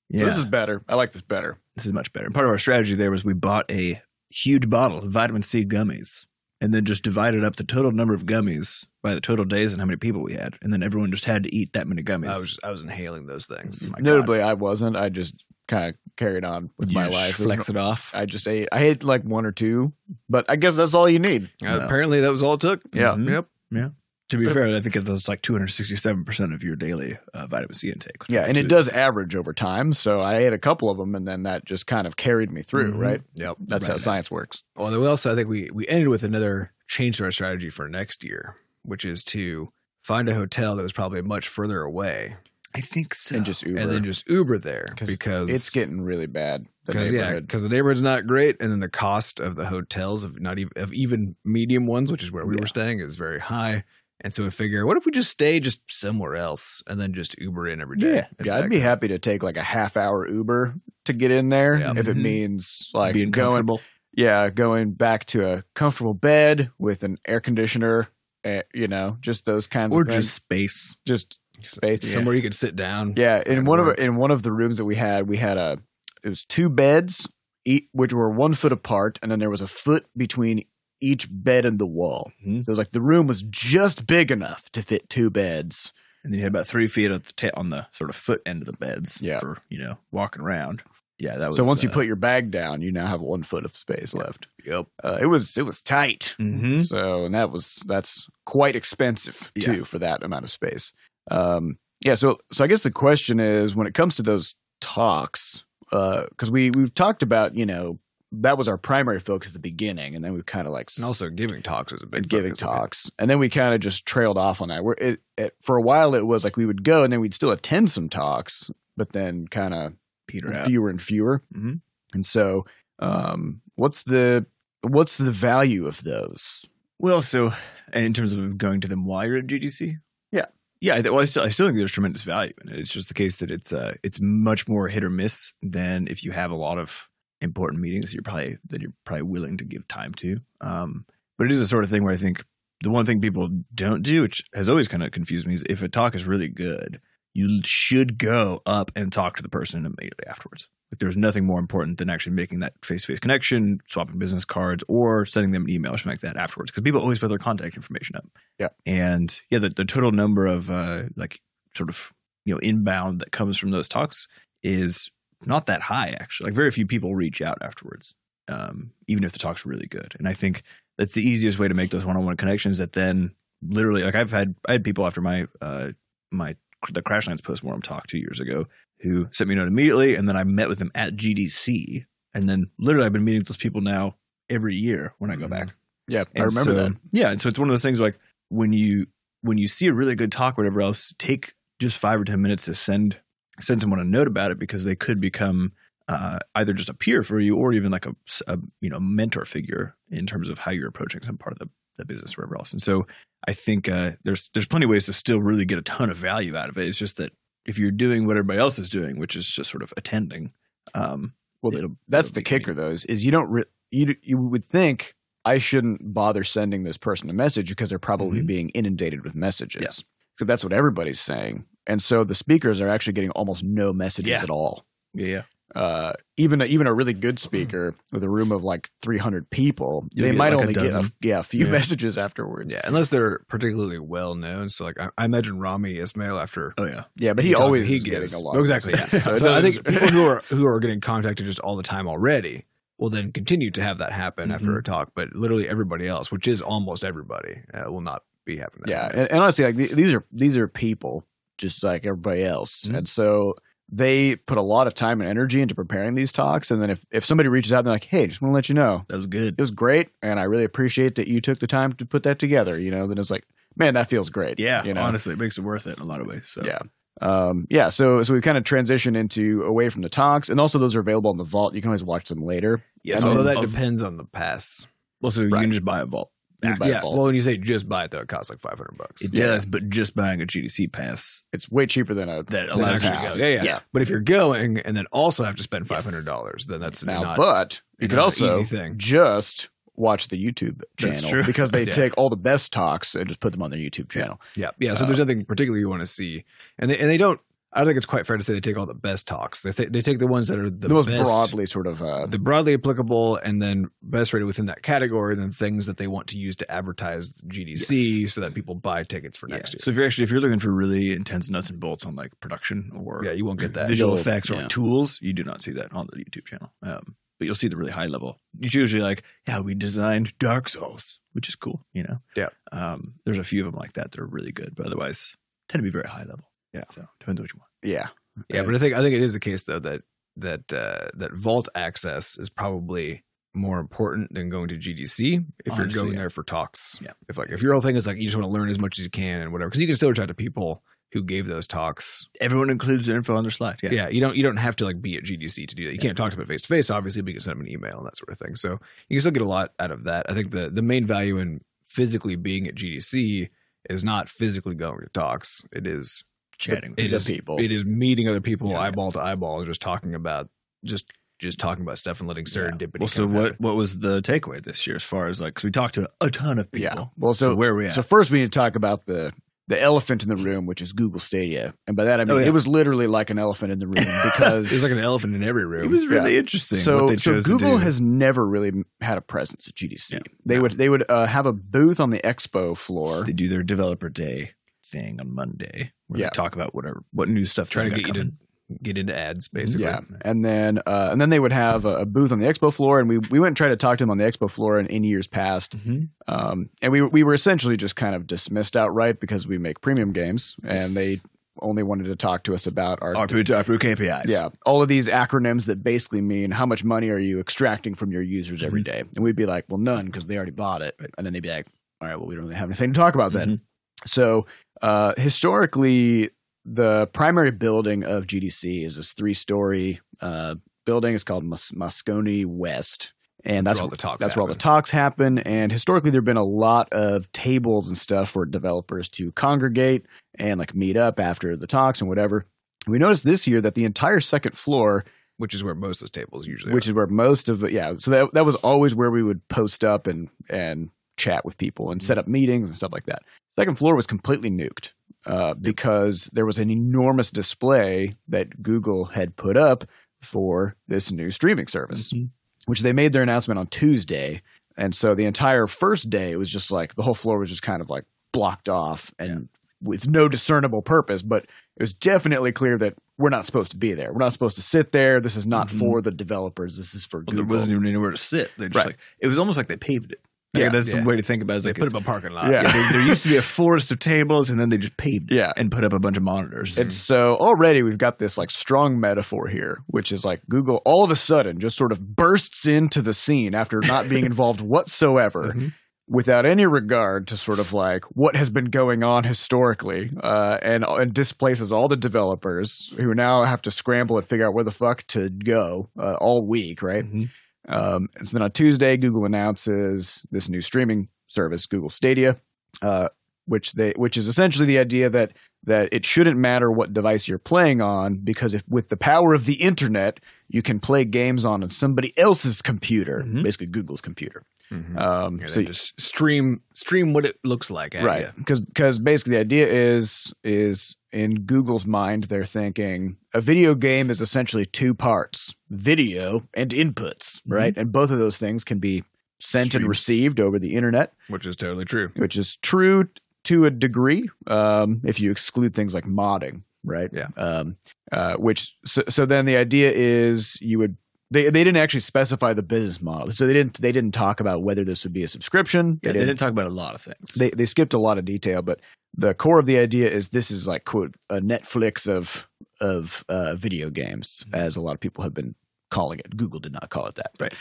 Speaker 3: Yeah,
Speaker 2: This is better. I like this better.
Speaker 3: much better. And part of our strategy there was we bought a huge bottle of vitamin C gummies, and then just divided up the total number of gummies by the total days and how many people we had, and then everyone just had to eat that many gummies.
Speaker 1: I was I was inhaling those things. Uh,
Speaker 3: My God.
Speaker 2: Mm-hmm. Notably, I wasn't. I just kind of carried on with
Speaker 3: You
Speaker 2: my
Speaker 3: just
Speaker 2: life.
Speaker 3: flex it off.
Speaker 2: I just ate. I ate like one or two, but I guess that's all you need.
Speaker 1: Uh,
Speaker 3: No.
Speaker 1: Apparently that was all it took.
Speaker 2: Yeah. Mm-hmm.
Speaker 3: Mhm.
Speaker 1: Yep.
Speaker 3: To be fair, I think it was like 267% of your daily uh, vitamin C intake. which
Speaker 2: Yeah,
Speaker 3: is
Speaker 2: and it
Speaker 3: good.
Speaker 2: does average over time. So I ate a couple of them, and then that just kind of carried me through.
Speaker 3: Mhm.
Speaker 2: Right?
Speaker 1: Yep.
Speaker 2: That's how
Speaker 3: Right.
Speaker 2: science works.
Speaker 1: Although we also I think we we ended with another change to our strategy for next year, which is to find a hotel that was probably much further away
Speaker 3: I think so.
Speaker 2: And just Uber.
Speaker 1: and then just Uber there
Speaker 2: 'Cause
Speaker 1: because
Speaker 2: it's getting really bad. The
Speaker 1: because yeah
Speaker 2: neighborhood.
Speaker 1: because the neighborhood's not great and then the cost of the hotels of not even of even medium ones which is where we
Speaker 3: Yeah.
Speaker 1: were staying is very high and so we figure what if we just stay just somewhere else and then just Uber in every day
Speaker 3: Yeah.
Speaker 2: Yeah, I'd be happy to take like a half hour Uber to get in there
Speaker 1: Yeah.
Speaker 2: if it
Speaker 3: Mhm.
Speaker 2: means like
Speaker 3: being
Speaker 2: going
Speaker 3: comfortable.
Speaker 2: yeah, going back to a comfortable bed with an air conditioner, eh, you know, just those kinds
Speaker 3: or
Speaker 2: of
Speaker 3: just
Speaker 2: things.
Speaker 3: space.
Speaker 2: Just space.
Speaker 1: Yeah. somewhere you could sit down
Speaker 2: Yeah,
Speaker 1: Kinda
Speaker 2: in one of
Speaker 1: work.
Speaker 2: in one of the rooms that we had, we had a it was two beds, each, which were one foot apart, and then there was a foot between each bed and the wall.
Speaker 1: Mm-hmm.
Speaker 3: Mhm.
Speaker 2: So it was like the room was just big enough to fit two beds.
Speaker 3: And then you had about three feet at the ta- on the sort of foot end of the beds
Speaker 2: Yeah.
Speaker 3: for, you know, walking around. Yeah, that was.
Speaker 2: so once you
Speaker 3: uh,
Speaker 2: put your bag down, you now have one foot of space left.
Speaker 1: Yep. Mm-hmm.
Speaker 2: Uh, it was it was tight.
Speaker 3: Mhm.
Speaker 2: So and that was that's quite expensive
Speaker 3: Yeah.
Speaker 2: too for that amount of space. Um, yeah. So so I guess the question is when it comes to those talks, because we we've talked about you know that was our primary focus at the beginning, and then we've kind of like s-
Speaker 1: and also giving talks was a big
Speaker 2: been giving
Speaker 1: focus of it.
Speaker 2: talks, and then we kind of just trailed off on that. Where it, it for a while it was like we would go and then we'd still attend some talks, but then kind of
Speaker 3: Peter out.
Speaker 2: fewer and fewer.
Speaker 3: Mhm.
Speaker 2: And so um, what's the what's the value of those?
Speaker 3: Well, so and in terms of going to them while you're at GDC,
Speaker 2: Yeah.
Speaker 3: yeah. I th- Well, I still, I still think there's tremendous value in it. It's just the case that it's uh, it's much more hit or miss than if you have a lot of important meetings you're probably that you're probably willing to give time to. Um, but it is the sort of thing where I think the one thing people don't do, which has always kind of confused me, is if a talk is really good, you should go up and talk to the person immediately afterwards. Like there's nothing more important than actually making that face-to-face connection, swapping business cards, or sending them an email or something like that afterwards. Because people always put their contact information up.
Speaker 2: Yeah.
Speaker 3: And yeah, the, the total number of uh, like sort of you know inbound that comes from those talks is not that high actually. Like very few people reach out afterwards, um, even if the talk's really good. And I think that's the easiest way to make those one-on-one connections. That then literally, like I've had I had people after my uh, my the Crashlands postmortem talk two years ago who sent me a note immediately, and then I met with them at GDC, and then literally I've been meeting those people now every year when I go
Speaker 1: Mhm.
Speaker 3: back.
Speaker 2: Yeah, I
Speaker 3: And
Speaker 2: remember
Speaker 3: so-
Speaker 2: that.
Speaker 3: Yeah, and so it's one of those things like when you when you see a really good talk, or whatever else, take just five or ten minutes to send send someone a note about it because they could become uh, either just a peer for you or even like a, s- a, you know mentor figure in terms of how you're approaching some part of the, the business or whatever else. And so I think uh, there's there's plenty of ways to still really get a ton of value out of it. It's just that if you're doing what everybody else is doing, which is just sort of attending, um,
Speaker 2: Well, the-
Speaker 3: it'll-
Speaker 2: That's
Speaker 3: it'll
Speaker 2: the
Speaker 3: be-
Speaker 2: kicker, though, is, is you don't re- you d- you would think I shouldn't bother sending this person a message because they're probably
Speaker 3: Mhm.
Speaker 2: being inundated with messages.
Speaker 3: Yeah.
Speaker 2: So that's what everybody's saying, and so the speakers are actually getting almost no messages
Speaker 3: Yeah.
Speaker 2: at all.
Speaker 3: Yeah, yeah.
Speaker 2: Uh, even a, even a really good speaker with a room of like 300 people,
Speaker 3: Mm-hmm. You'll
Speaker 2: they
Speaker 3: get
Speaker 2: might
Speaker 3: like a
Speaker 2: only get a,
Speaker 3: dozen.
Speaker 2: yeah a few
Speaker 3: Yeah.
Speaker 2: messages afterwards.
Speaker 1: yeah unless they're particularly well known so like I, I imagine Rami Ismail after
Speaker 3: Oh yeah.
Speaker 2: Yeah, but he,
Speaker 1: He's
Speaker 2: always
Speaker 1: on- he
Speaker 2: is getting
Speaker 1: gives.
Speaker 2: a lot. of
Speaker 1: exactly. Yeah.
Speaker 2: messages.
Speaker 1: so
Speaker 2: it
Speaker 1: I
Speaker 2: doesn't-
Speaker 1: think people who are who are getting contacted just all the time already will then
Speaker 2: Mm-hmm.
Speaker 1: continue to have that happen after
Speaker 3: Mhm.
Speaker 1: a talk, but literally everybody else, which is almost everybody, uh, will not be having that.
Speaker 2: Yeah, and, and honestly, like th- these are these are people just like everybody else,
Speaker 1: Mm-hmm.
Speaker 3: Mhm.
Speaker 2: and so they put a lot of time and energy into preparing these talks. And then if if somebody reaches out and they're like, "Hey, just want to let you know,
Speaker 3: That was good.
Speaker 2: it was great, and I really appreciate that you took the time to put that together," you know, then it's like, man, that feels great.
Speaker 3: Yeah,
Speaker 2: you know?
Speaker 3: honestly, it makes it worth it in a lot of ways. So.
Speaker 2: Yeah. Um, yeah, so so we kind of transitioned into away from the talks, and also those are available in the vault. You can always watch them later.
Speaker 1: Yes,
Speaker 2: I mean, um,
Speaker 1: although that
Speaker 3: of-
Speaker 1: depends on the pass.
Speaker 3: Well, so you
Speaker 2: Right.
Speaker 3: can just buy a vault.
Speaker 2: You can buy a
Speaker 1: Yeah,
Speaker 3: Access.
Speaker 2: vault.
Speaker 1: well, when you say just buy it, though, it costs like five hundred bucks.
Speaker 3: It
Speaker 2: Yeah.
Speaker 3: does, but just buying a GDC pass
Speaker 2: It's way cheaper than a
Speaker 3: that
Speaker 2: than a
Speaker 3: allows you to
Speaker 2: pass.
Speaker 3: go.
Speaker 1: Yeah, yeah. But if you're going and then also have to spend
Speaker 3: Yes.
Speaker 1: five hundred dollars, then that's
Speaker 2: Now,
Speaker 1: not
Speaker 2: but you could
Speaker 1: not an
Speaker 2: also
Speaker 1: easy thing.
Speaker 2: just watch the YouTube
Speaker 3: That's
Speaker 2: channel
Speaker 3: true.
Speaker 2: because they
Speaker 1: Yeah.
Speaker 2: take all the best talks and just put them on their YouTube channel.
Speaker 1: Yeah, yeah.
Speaker 2: uh,
Speaker 1: So there's nothing particular you want to see, and they and they don't. I don't think it's quite fair to say they take all the best talks. They th- they take the ones that are the,
Speaker 2: The, most
Speaker 1: best,
Speaker 2: broadly sort of uh,
Speaker 1: the broadly applicable, and then best rated within that category, and then things that they want to use to advertise GDC so that people buy tickets for
Speaker 3: Yeah.
Speaker 1: next year.
Speaker 3: So if you're actually if you're looking for really intense nuts and bolts on like production or
Speaker 1: yeah, you won't get that.
Speaker 3: visual
Speaker 2: You'll-
Speaker 3: effects or
Speaker 2: yeah.
Speaker 3: tools, you do not see that on the YouTube channel. Um, but you'll see the really high level. It's usually like, yeah, we designed Dark Souls, which is cool, you know.
Speaker 1: Yeah.
Speaker 3: Um, there's a few of them like that that are really good, but otherwise tend to be very high level.
Speaker 1: Yeah.
Speaker 3: So depends on what you want.
Speaker 2: yeah.
Speaker 1: Yeah, but I think I think it is the case though that that uh, that vault access is probably more important than going to GDC if
Speaker 3: Honestly,
Speaker 1: you're going
Speaker 3: yeah.
Speaker 1: there for talks.
Speaker 3: Yeah.
Speaker 1: If like if your whole thing is like you just want to learn as much as you can and whatever, because you can still reach out to people who gave those talks.
Speaker 3: Everyone includes their info on their slide. Yeah.
Speaker 1: Yeah. you don't you don't have to like be at GDC to do that. You can't talk to them face to face, obviously, but you can send them an email and that sort of thing. So you can still get a lot out of that. I think the the main value in physically being at GDC is not physically going to talks. It is
Speaker 3: Chatting.
Speaker 1: It
Speaker 2: the
Speaker 1: is-
Speaker 2: people.
Speaker 1: it is meeting other people
Speaker 3: Yeah.
Speaker 1: eyeball to eyeball and just talking about just just talking about stuff and letting serendipity.
Speaker 3: well, so
Speaker 1: kind of
Speaker 3: what,
Speaker 1: happen.
Speaker 3: what was the takeaway this year as far as like, 'cause we talked to a ton of people.
Speaker 2: Yeah. Well, so-
Speaker 3: where are we at?
Speaker 2: So first we need to talk about the the elephant in the room, which is Google Stadia, and by that I mean
Speaker 3: Oh, yeah.
Speaker 2: it was literally like an elephant in the room because
Speaker 1: There's like an elephant in every
Speaker 3: it
Speaker 1: room.
Speaker 3: was really
Speaker 2: yeah.
Speaker 3: interesting. what
Speaker 2: So,
Speaker 3: they
Speaker 2: so
Speaker 3: chose to
Speaker 2: Google
Speaker 3: do.
Speaker 2: has never really m- had a presence at GDC.
Speaker 3: Yeah.
Speaker 2: They
Speaker 3: No.
Speaker 2: would they would uh, have a booth on the expo floor.
Speaker 3: they do their developer day thing on Monday where
Speaker 2: Yeah.
Speaker 3: they talk about whatever what new stuff
Speaker 1: trying to
Speaker 3: they've
Speaker 1: get
Speaker 3: got
Speaker 1: you to
Speaker 3: coming.
Speaker 1: get into ads, basically.
Speaker 2: Yeah, and then uh, and then they would have a, a booth on the expo floor, and we we went and tried to talk to them on the expo floor in, in years past,
Speaker 3: Mm-hmm.
Speaker 2: um, and we we were essentially just kind of dismissed outright because we make premium games,
Speaker 3: Yes.
Speaker 2: and they only wanted to talk to us about our.
Speaker 3: ARPU to ARPU KPIs.
Speaker 2: yeah, all of these acronyms that basically mean how much money are you extracting from your users every day? And we'd be like, well, none, because they already bought it.
Speaker 3: Mm-hmm. Right.
Speaker 2: And then they'd be like, all right, well, we don't really have anything to talk about then.
Speaker 3: Mhm.
Speaker 2: So uh, historically, the primary building of GDC is this three-story uh, building. It's called Mus- Moscone West, and that's
Speaker 1: where all the talks.
Speaker 2: that's where all the talks happen. And historically, there've been a lot of tables and stuff for developers to congregate and like meet up after the talks and whatever. We noticed this year that the entire second floor
Speaker 1: which is where most of the tables usually.
Speaker 2: which
Speaker 1: are.
Speaker 2: is where most of yeah so that, that was always where we would post up and and chat with people and set up meetings and stuff like that second floor was completely nuked uh, because there was an enormous display that google had put up for this new streaming service
Speaker 3: Mhm.
Speaker 2: which they made their announcement on tuesday and so the entire first day it was just like the whole floor was just kind of like blocked off and with no discernible purpose but it was definitely clear that we're not supposed to be there. We're not supposed to sit there. This is not
Speaker 3: Mhm.
Speaker 2: for the developers. This is for
Speaker 3: Well,
Speaker 2: Google.
Speaker 3: there wasn't even anywhere to sit. They just
Speaker 2: Right.
Speaker 3: like it was almost like they paved it. Like,
Speaker 2: Yeah.
Speaker 3: that's
Speaker 1: Yeah.
Speaker 3: the way to think about it. Is
Speaker 1: they
Speaker 3: like
Speaker 1: put
Speaker 3: it's-
Speaker 1: up a parking lot.
Speaker 2: Yeah.
Speaker 3: yeah, there, there used to be a forest of tables, and then they just paved it
Speaker 2: Yeah.
Speaker 3: and put up a bunch of monitors.
Speaker 2: and so already we've got this like strong metaphor here, which is like Google all of a sudden just sort of bursts into the scene after not being involved whatsoever,
Speaker 1: Mhm.
Speaker 2: without any regard to sort of like what has been going on historically, uh, and and displaces all the developers who now have to scramble and figure out where the fuck to go uh, all week, right?
Speaker 3: Mhm.
Speaker 2: Um, and so then on Tuesday, Google announces this new streaming service, Google Stadia, uh, which they which is essentially the idea that that it shouldn't matter what device you're playing on because if with the power of the internet, you can play games on somebody else's computer,
Speaker 3: Mhm.
Speaker 2: basically Google's computer.
Speaker 1: Mhm.
Speaker 2: Um,
Speaker 1: Mm-hmm. Yeah,
Speaker 2: so
Speaker 1: they just stream stream what it looks like. At
Speaker 2: right
Speaker 1: you.
Speaker 2: because basically the idea is is in google's mind they're thinking a video game is essentially two parts video and inputs
Speaker 1: Mm-hmm.
Speaker 2: right and both of those things can be sent and
Speaker 3: Streamed.
Speaker 2: received over the internet
Speaker 1: which is totally true.
Speaker 2: which is true to a degree um, if you exclude things like modding, right?
Speaker 1: Yeah.
Speaker 2: Um, uh, which so, so then the idea is you would They, they didn't actually specify the business model, so they didn't they didn't talk about whether this would be a subscription.
Speaker 3: Yeah, they didn't talk about a lot of things.
Speaker 2: they they skipped a lot of detail, but the core of the idea is this is like quote a Netflix of of uh, video games, as a lot of people have been calling it. Google did not call it that,
Speaker 3: Mm-hmm. Right.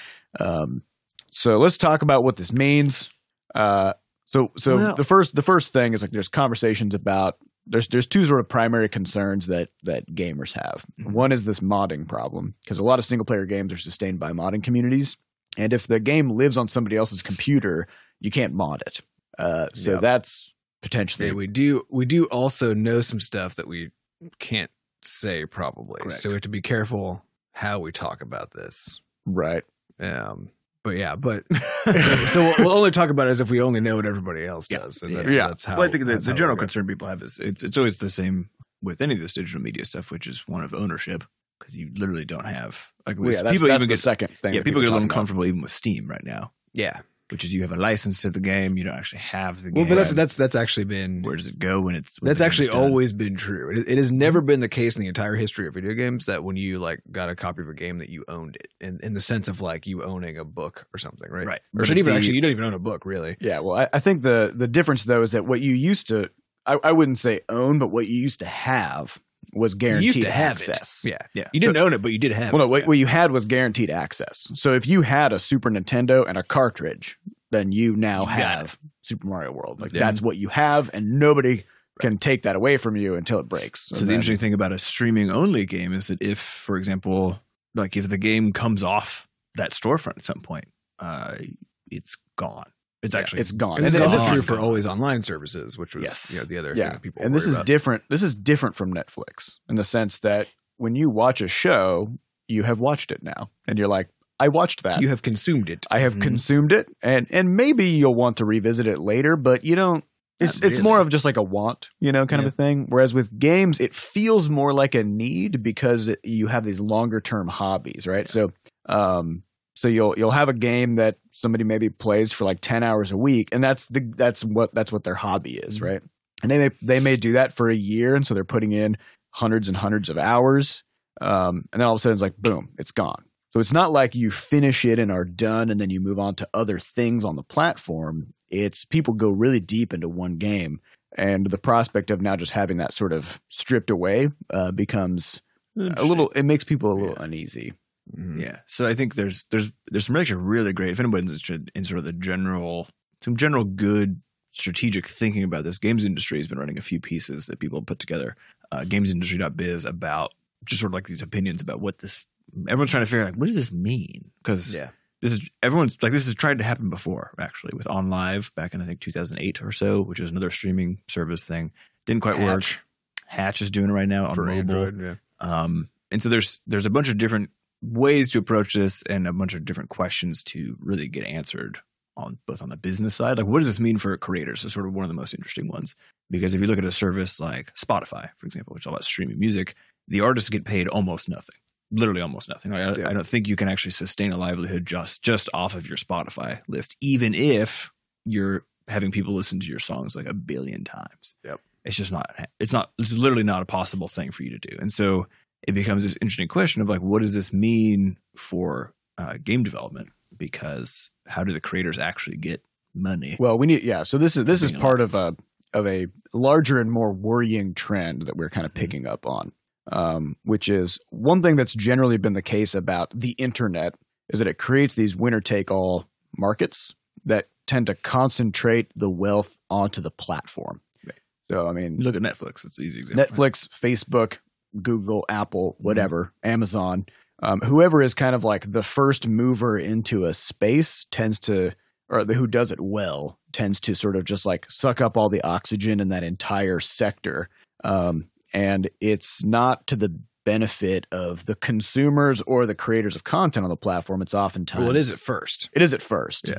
Speaker 2: Um, so let's talk about what this means. Uh, so so
Speaker 3: Well-
Speaker 2: the first the first thing is like there's conversations about there's there's two sort of primary concerns that that gamers have.
Speaker 3: Mhm.
Speaker 2: One is this modding problem because a lot of single player games are sustained by modding communities, and if the game lives on somebody else's computer, you can't mod it. Uh, so
Speaker 1: Yep.
Speaker 2: that's potentially
Speaker 1: Yeah, we do. We do also know some stuff that we can't say probably,
Speaker 2: Correct.
Speaker 1: so we have to be careful how we talk about this.
Speaker 2: right.
Speaker 1: Um, but yeah, but so, so we'll, we'll only talk about it as if we only know what everybody else
Speaker 3: Yeah.
Speaker 1: does.
Speaker 3: Yeah.
Speaker 2: Yeah.
Speaker 1: that's how.
Speaker 3: well, I think the,
Speaker 1: that's
Speaker 3: the
Speaker 1: how
Speaker 3: general
Speaker 1: we're gonna-
Speaker 3: concern people have is it's it's always the same with any of this digital media stuff, which is one of ownership because you literally don't have like
Speaker 2: Well,
Speaker 3: with-
Speaker 2: yeah, that's,
Speaker 3: people
Speaker 2: that's
Speaker 3: even
Speaker 2: the
Speaker 3: get
Speaker 2: second thing.
Speaker 3: yeah
Speaker 2: that
Speaker 3: people get a
Speaker 2: talk
Speaker 3: little
Speaker 2: about.
Speaker 3: uncomfortable even with Steam right now,
Speaker 1: Yeah.
Speaker 3: which is you have a license to the game, you don't actually have the
Speaker 1: Well, but
Speaker 3: game.
Speaker 1: that's that's that's actually been
Speaker 3: where does it go when it's when
Speaker 1: that's
Speaker 3: the game's
Speaker 1: actually
Speaker 3: done?
Speaker 1: always been true. It, it has never been the case in the entire history of video games that when you like got a copy of a game that you owned it, in in the sense of like you owning a book or something, right?
Speaker 3: right.
Speaker 1: Or
Speaker 3: But
Speaker 1: should even
Speaker 3: the-
Speaker 1: actually you don't even own a book really.
Speaker 2: Yeah, well, I, I think the the difference though is that what you used to, I, I wouldn't say own, but what you used to have was guaranteed
Speaker 1: to have it.
Speaker 2: access.
Speaker 1: Yeah,
Speaker 3: Yeah.
Speaker 1: You didn't own it, but you did have.
Speaker 2: Well,
Speaker 1: it.
Speaker 2: no, what, what you had was guaranteed access. So if you had a Super Nintendo and a cartridge, then you now
Speaker 3: You got
Speaker 2: have Super Mario World. Like
Speaker 1: Yeah.
Speaker 2: that's what you have, and nobody can take that away from you until it breaks.
Speaker 3: So,
Speaker 2: And
Speaker 3: the
Speaker 2: then-
Speaker 3: interesting thing about a streaming only game is that if, for example, like if the game comes off that storefront at some point, uh, it's gone. It's
Speaker 1: Yeah,
Speaker 3: actually
Speaker 2: it's gone.
Speaker 1: And,
Speaker 2: And
Speaker 1: this-
Speaker 2: then-
Speaker 1: and this is
Speaker 3: gone.
Speaker 1: true for always online services, which was
Speaker 3: Yes.
Speaker 1: you know, the other
Speaker 2: Yeah.
Speaker 1: thing that people.
Speaker 2: and this
Speaker 1: worry
Speaker 2: is
Speaker 1: about.
Speaker 2: different this is different from netflix in the sense that when you watch a show you have watched it now and you're like i watched that
Speaker 1: you have consumed it. Mm-hmm.
Speaker 2: i have
Speaker 3: Mhm.
Speaker 2: consumed it and and maybe you'll want to revisit it later but you don't it's,
Speaker 1: Not
Speaker 2: it's
Speaker 1: really.
Speaker 2: more of just like a want, you know, kind
Speaker 3: Yeah.
Speaker 2: of a thing. Whereas with games, it feels more like a need because it, you have these longer term hobbies, right? So, um, so you'll you'll have a game that somebody maybe plays for like ten hours a week, and that's the that's what that's what their hobby is,
Speaker 3: Mhm.
Speaker 1: Mm-hmm.
Speaker 2: right? And they may they may do that for a year, and so they're putting in hundreds and hundreds of hours, um, and then all of a sudden it's like boom, it's gone. So it's not like you finish it and are done and then you move on to other things on the platform. It's people go really deep into one game. And the prospect of now just having that sort of stripped away uh, becomes a little, it makes people a little uneasy.
Speaker 1: Mhm.
Speaker 3: Yeah. So I think there's there's there's some actually really great if anybody's interested in sort of the general some general good strategic thinking about this, games industry has been running a few pieces that people put together, uh, gamesindustry.biz about just sort of like these opinions about what this everyone's trying to figure out like what does this mean? Because
Speaker 1: Yeah.
Speaker 3: this is everyone's like this has tried to happen before actually with on live back in I think 2008 or so, which is another streaming service thing. Didn't quite
Speaker 1: Hatch.
Speaker 3: work. Hatch is doing it right now on
Speaker 1: For
Speaker 3: mobile.
Speaker 1: Android, yeah.
Speaker 3: Um, and so there's there's a bunch of different ways to approach this and a bunch of different questions to really get answered on both on the business side. Like what does this mean for creators? Is sort of one of the most interesting ones. Because if you look at a service like Spotify, for example, which is all about streaming music, the artists get paid almost nothing. Literally almost nothing. Like, I,
Speaker 2: Yeah.
Speaker 3: I don't think you can actually sustain a livelihood just just off of your Spotify list, even if you're having people listen to your songs like a billion times.
Speaker 2: Yep.
Speaker 3: It's just not it's not it's literally not a possible thing for you to do. And so it becomes this interesting question of like, what does this mean for uh, game development? Because how do the creators actually get money?
Speaker 2: Well, we need, yeah. So this is, this is
Speaker 3: Being
Speaker 2: part of a, of a larger and more worrying trend that we're kind of picking up on, um, which is one thing that's generally been the case about the internet is that it creates these winner take all markets that tend to concentrate the wealth onto the platform.
Speaker 3: Right.
Speaker 2: So, I mean,
Speaker 3: You look at Netflix; it's an easy example.
Speaker 2: Netflix, Facebook, Google, Apple, whatever, Amazon, um, whoever is kind of like the first mover into a space tends to, or the, who does it well tends to sort of just like suck up all the oxygen in that entire sector. Um, and it's not to the benefit of the consumers or the creators of content on the platform. It's oftentimes
Speaker 1: Well, it is at first.
Speaker 2: it is at first.
Speaker 3: Yeah.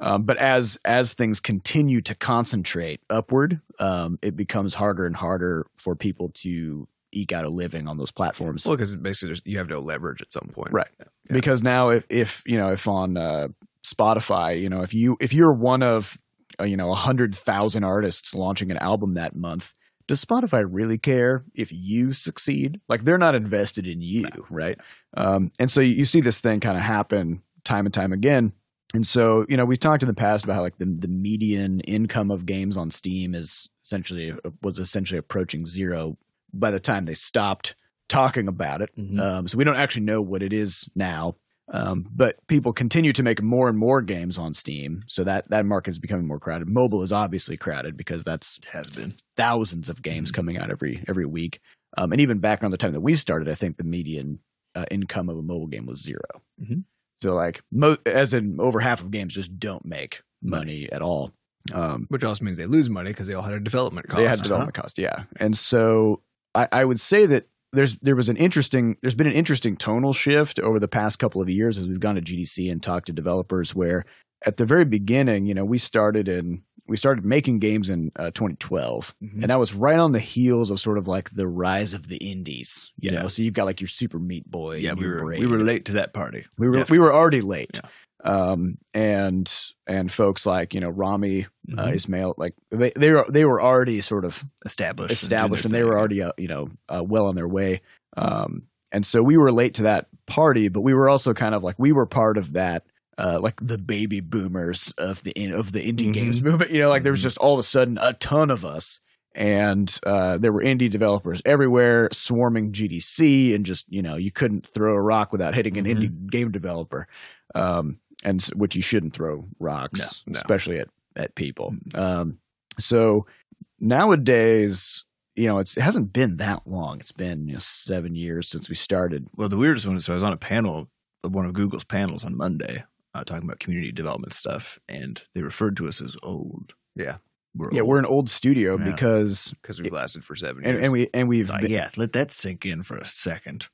Speaker 2: Um, but as as things continue to concentrate upward, um, it becomes harder and harder for people to eke out a living on those platforms.
Speaker 1: Well, because basically there's- you have no leverage at some point.
Speaker 2: Right.
Speaker 1: yeah.
Speaker 2: Because now, if if you know, if on uh, Spotify, you know, if you if you're one of uh, you know a hundred thousand artists launching an album that month, does Spotify really care if you succeed? Like they're not invested in you, right? Um, and so you, you see this thing kind of happen time and time again. And so, you know, we've talked in the past about how like the, the median income of games on Steam is essentially uh, was essentially approaching zero by the time they stopped talking about it.
Speaker 3: Mhm.
Speaker 2: Um, so we don't actually know what it is now. Um, but people continue to make more and more games on Steam, so that that market is becoming more crowded. Mobile is obviously crowded because that's
Speaker 3: It has been.
Speaker 2: thousands of games
Speaker 3: Mhm.
Speaker 2: coming out every every week. Um, and even back around the time that we started, I think the median uh, income of a mobile game was 0
Speaker 3: Mhm.
Speaker 2: So like, mo- as in over half of games just don't make money at all. Um,
Speaker 1: which also means they lose money because they all had a development cost.
Speaker 2: they had development cost, yeah. And so I, I would say that there's there was an interesting there's been an interesting tonal shift over the past couple of years as we've gone to GDC and talked to developers. Where at the very beginning, you know, we started in we started making games in uh, 2012,
Speaker 3: Mm-hmm.
Speaker 2: and that was right on the heels of sort of like the rise of the indies. You
Speaker 3: Yeah.
Speaker 2: know, so you've got like your Super Meat Boy.
Speaker 3: yeah,
Speaker 2: and
Speaker 3: we
Speaker 2: your
Speaker 3: were
Speaker 2: Braid.
Speaker 3: we were late to that party.
Speaker 2: we were we
Speaker 3: definitely.
Speaker 2: were already late. Um, and and folks like you know Rami uh,
Speaker 3: Mhm.
Speaker 2: Ismail, like they they were they were already sort of
Speaker 3: established, and did
Speaker 2: established,
Speaker 3: their
Speaker 2: and they were
Speaker 3: thing.
Speaker 2: already uh, you know uh, well on their way. Um, and so we were late to that party, but we were also kind of like we were part of that. Uh, like the baby boomers of the in, of the indie
Speaker 3: Mhm.
Speaker 2: games movement, you know, like there was
Speaker 3: Mhm.
Speaker 2: just all of a sudden a ton of us, and uh, there were indie developers everywhere swarming GDC, and just you know you couldn't throw a rock without hitting an
Speaker 1: Mm-hmm.
Speaker 3: Mhm.
Speaker 2: indie game developer, um, and s- which you shouldn't throw rocks,
Speaker 1: No, Mm-hmm. no.
Speaker 2: especially at at people. Um, so nowadays, you know, it's, it hasn't been that long. It's been you know, seven years since we started.
Speaker 3: Well, the weirdest one is so I was on a panel, one of Google's panels on Monday, uh, talking about community development stuff, and they referred to us as old.
Speaker 1: Yeah.
Speaker 3: we're
Speaker 2: Yeah,
Speaker 3: old.
Speaker 2: we're an old studio
Speaker 3: Yeah.
Speaker 2: because
Speaker 1: because we've lasted for seven
Speaker 2: and,
Speaker 1: years.
Speaker 2: and we and we've
Speaker 3: Like,
Speaker 2: been, yeah.
Speaker 3: yeah. Let that sink in for a second.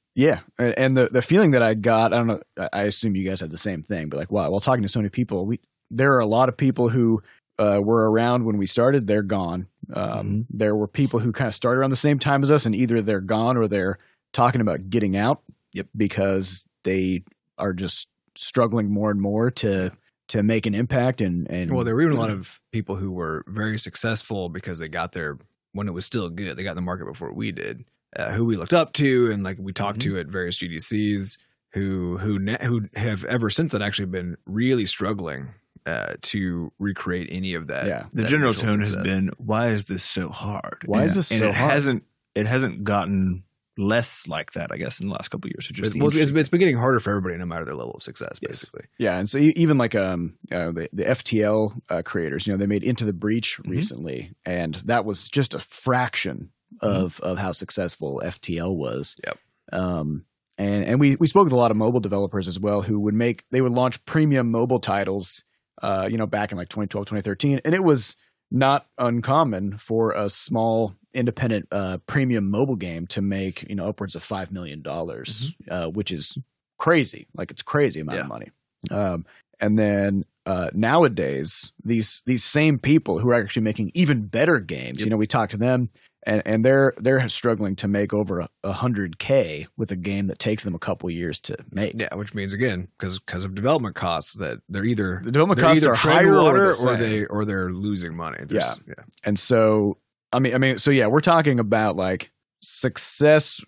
Speaker 2: A- and the the feeling that I got, I don't know. I- I assume you guys had the same thing, but like, wow, while talking to so many people, we there are a lot of people who uh, were around when we started. They're gone. Um,
Speaker 3: Mhm.
Speaker 2: There were people who kind of started around the same time as us, and either they're gone or they're talking about getting out.
Speaker 3: Yep.
Speaker 2: because they are just struggling more and more to to make an impact and and
Speaker 1: well, there were even a lot of people who were very successful because they got there when it was still good. They got in the market before we did. Uh, who we looked up to and like we talked to at various GDCs who who ne- who have ever since then actually been really struggling uh, to recreate any of that.
Speaker 2: Yeah.
Speaker 3: The
Speaker 1: that
Speaker 3: general
Speaker 1: initial
Speaker 3: tone has
Speaker 1: success.
Speaker 3: been, "Why is this so hard?
Speaker 2: Why is this
Speaker 3: and
Speaker 2: so
Speaker 3: it
Speaker 2: hard?
Speaker 3: hasn't it hasn't gotten less like that, I guess, in the last couple of years. It just
Speaker 1: It's,
Speaker 3: the
Speaker 1: well, it's,
Speaker 3: industry-
Speaker 1: it's been getting harder for everybody, no matter their level of success.
Speaker 3: Yes.
Speaker 1: Basically,
Speaker 2: yeah and so e- even like um uh, the, the FTL uh, creators you know they made Into the Breach
Speaker 3: Mhm.
Speaker 2: recently and that was just a fraction of of how successful FTL was
Speaker 1: Yep.
Speaker 2: um and and we we spoke with a lot of mobile developers as well who would make they would launch premium mobile titles uh you know back in like 2012 2013 and it was not uncommon for a small independent uh, premium mobile game to make you know upwards of five million dollars,
Speaker 1: Mm-hmm.
Speaker 2: uh, which is crazy. Like it's crazy amount
Speaker 3: Yeah.
Speaker 2: of money. Um, and then uh, nowadays, these these same people who are actually making even better games, you know, we talk to them, and and they're they're struggling to make over a hundred k with a game that takes them a couple years to make.
Speaker 1: yeah, which means again because because of development costs that they're either
Speaker 2: The development
Speaker 1: they're
Speaker 2: costs
Speaker 1: either
Speaker 2: are
Speaker 1: treading
Speaker 2: higher
Speaker 1: water
Speaker 2: or,
Speaker 1: or,
Speaker 2: the same.
Speaker 1: they or they're losing money. There's- yeah.
Speaker 2: And so, I mean, I mean, so yeah, we're talking about like success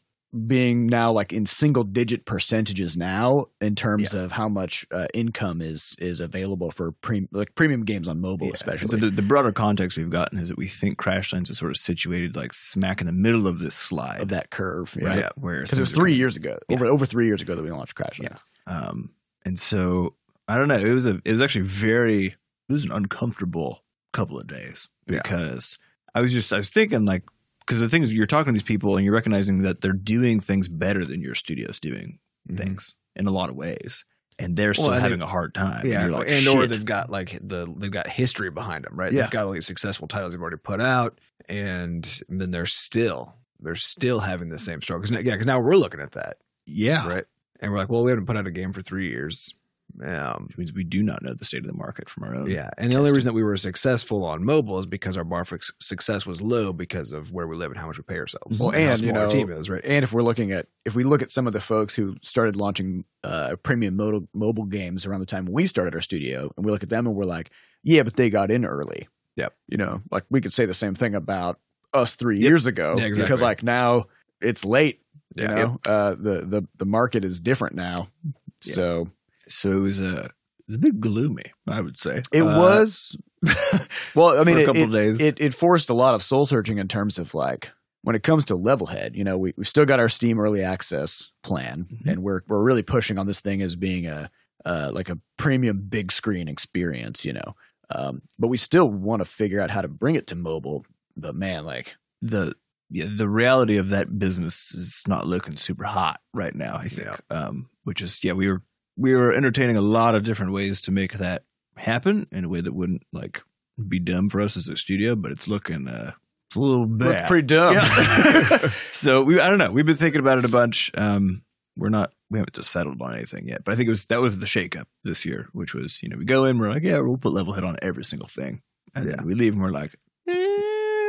Speaker 2: being now like in single digit percentages now in terms of how much uh, income is is available for pre- like premium games on mobile,
Speaker 3: Yeah.
Speaker 2: especially.
Speaker 3: And so the, the broader context we've gotten is that we think Crashlands is sort of situated like smack in the middle of this
Speaker 2: of
Speaker 3: slide,
Speaker 2: that curve,
Speaker 3: right?
Speaker 2: yeah.
Speaker 3: Where
Speaker 2: Because it was
Speaker 3: things are
Speaker 2: three years ago,
Speaker 3: Yeah.
Speaker 2: over over three years ago that we launched Crashlands.
Speaker 3: Yeah. Um, and so I don't know. It was a it was actually very it was an uncomfortable couple of days
Speaker 1: Yeah.
Speaker 3: because I was just I was thinking like because the thing is you're talking to these people and you're recognizing that they're doing things better than your studio's doing things in a lot of ways, and they're still
Speaker 1: Mm-hmm. Well, I
Speaker 3: having a hard time.
Speaker 1: Yeah,
Speaker 3: and,
Speaker 1: and,
Speaker 3: you're
Speaker 1: or
Speaker 3: like, "Shit."
Speaker 1: they've got like the they've got history behind them, right?
Speaker 3: Yeah.
Speaker 1: They've got all these successful titles they've already put out, and then they're still they're still having the same struggle. 'Cause now- yeah, because now we're looking at that,
Speaker 2: Ah.
Speaker 3: yeah,
Speaker 1: right? And we're like, well, we haven't put out a game for three years. Um,
Speaker 3: which means we do not know the state of the market from
Speaker 2: Oh,
Speaker 3: our own.
Speaker 1: yeah, and the only reason that we were successful on mobile is because our bar for s- success was low because of where we live and how much we pay ourselves.
Speaker 2: Well,
Speaker 1: how
Speaker 2: and, you
Speaker 1: small our
Speaker 2: know,
Speaker 1: team is right.
Speaker 2: And if we're looking at if we look at some of the folks who started launching uh, premium mobile mobile games around the time we started our studio, and we look at them and we're like, yeah, but they got in early.
Speaker 1: Yep.
Speaker 2: You know, like we could say the same thing about us three years ago
Speaker 1: Yeah, exactly.
Speaker 2: because like now it's late. You
Speaker 1: Yeah.
Speaker 2: know, uh, the the the market is different now.
Speaker 3: Yeah.
Speaker 2: So
Speaker 3: So it was a, it was a bit gloomy, I would say.
Speaker 2: it
Speaker 3: Uh,
Speaker 2: was well. I mean,
Speaker 3: for a
Speaker 2: it,
Speaker 3: couple
Speaker 2: it,
Speaker 3: of days.
Speaker 2: it it forced a lot of soul searching in terms of like when it comes to Levelhead. You know, we we've still got our Steam early access plan,
Speaker 1: Mm-hmm.
Speaker 3: Mhm.
Speaker 2: and we're we're really pushing on this thing as being a uh, like a premium big screen experience. You know, um, but we still want to figure out how to bring it to mobile. But man, like
Speaker 3: the yeah, the reality of that business is not looking super hot right now. I think, um, which is yeah, we were we were entertaining a lot of different ways to make that happen in a way that wouldn't like be dumb for us as a studio, but it's looking uh, it's a little
Speaker 2: look
Speaker 3: bad.
Speaker 2: pretty dumb.
Speaker 3: Yeah. so we I don't know. We've been thinking about it a bunch. Um, we're not we haven't just settled on anything yet, but I think it was that was the shakeup this year, which was you know we go in we're like yeah we'll put level head on every single thing, and then we leave and we're like.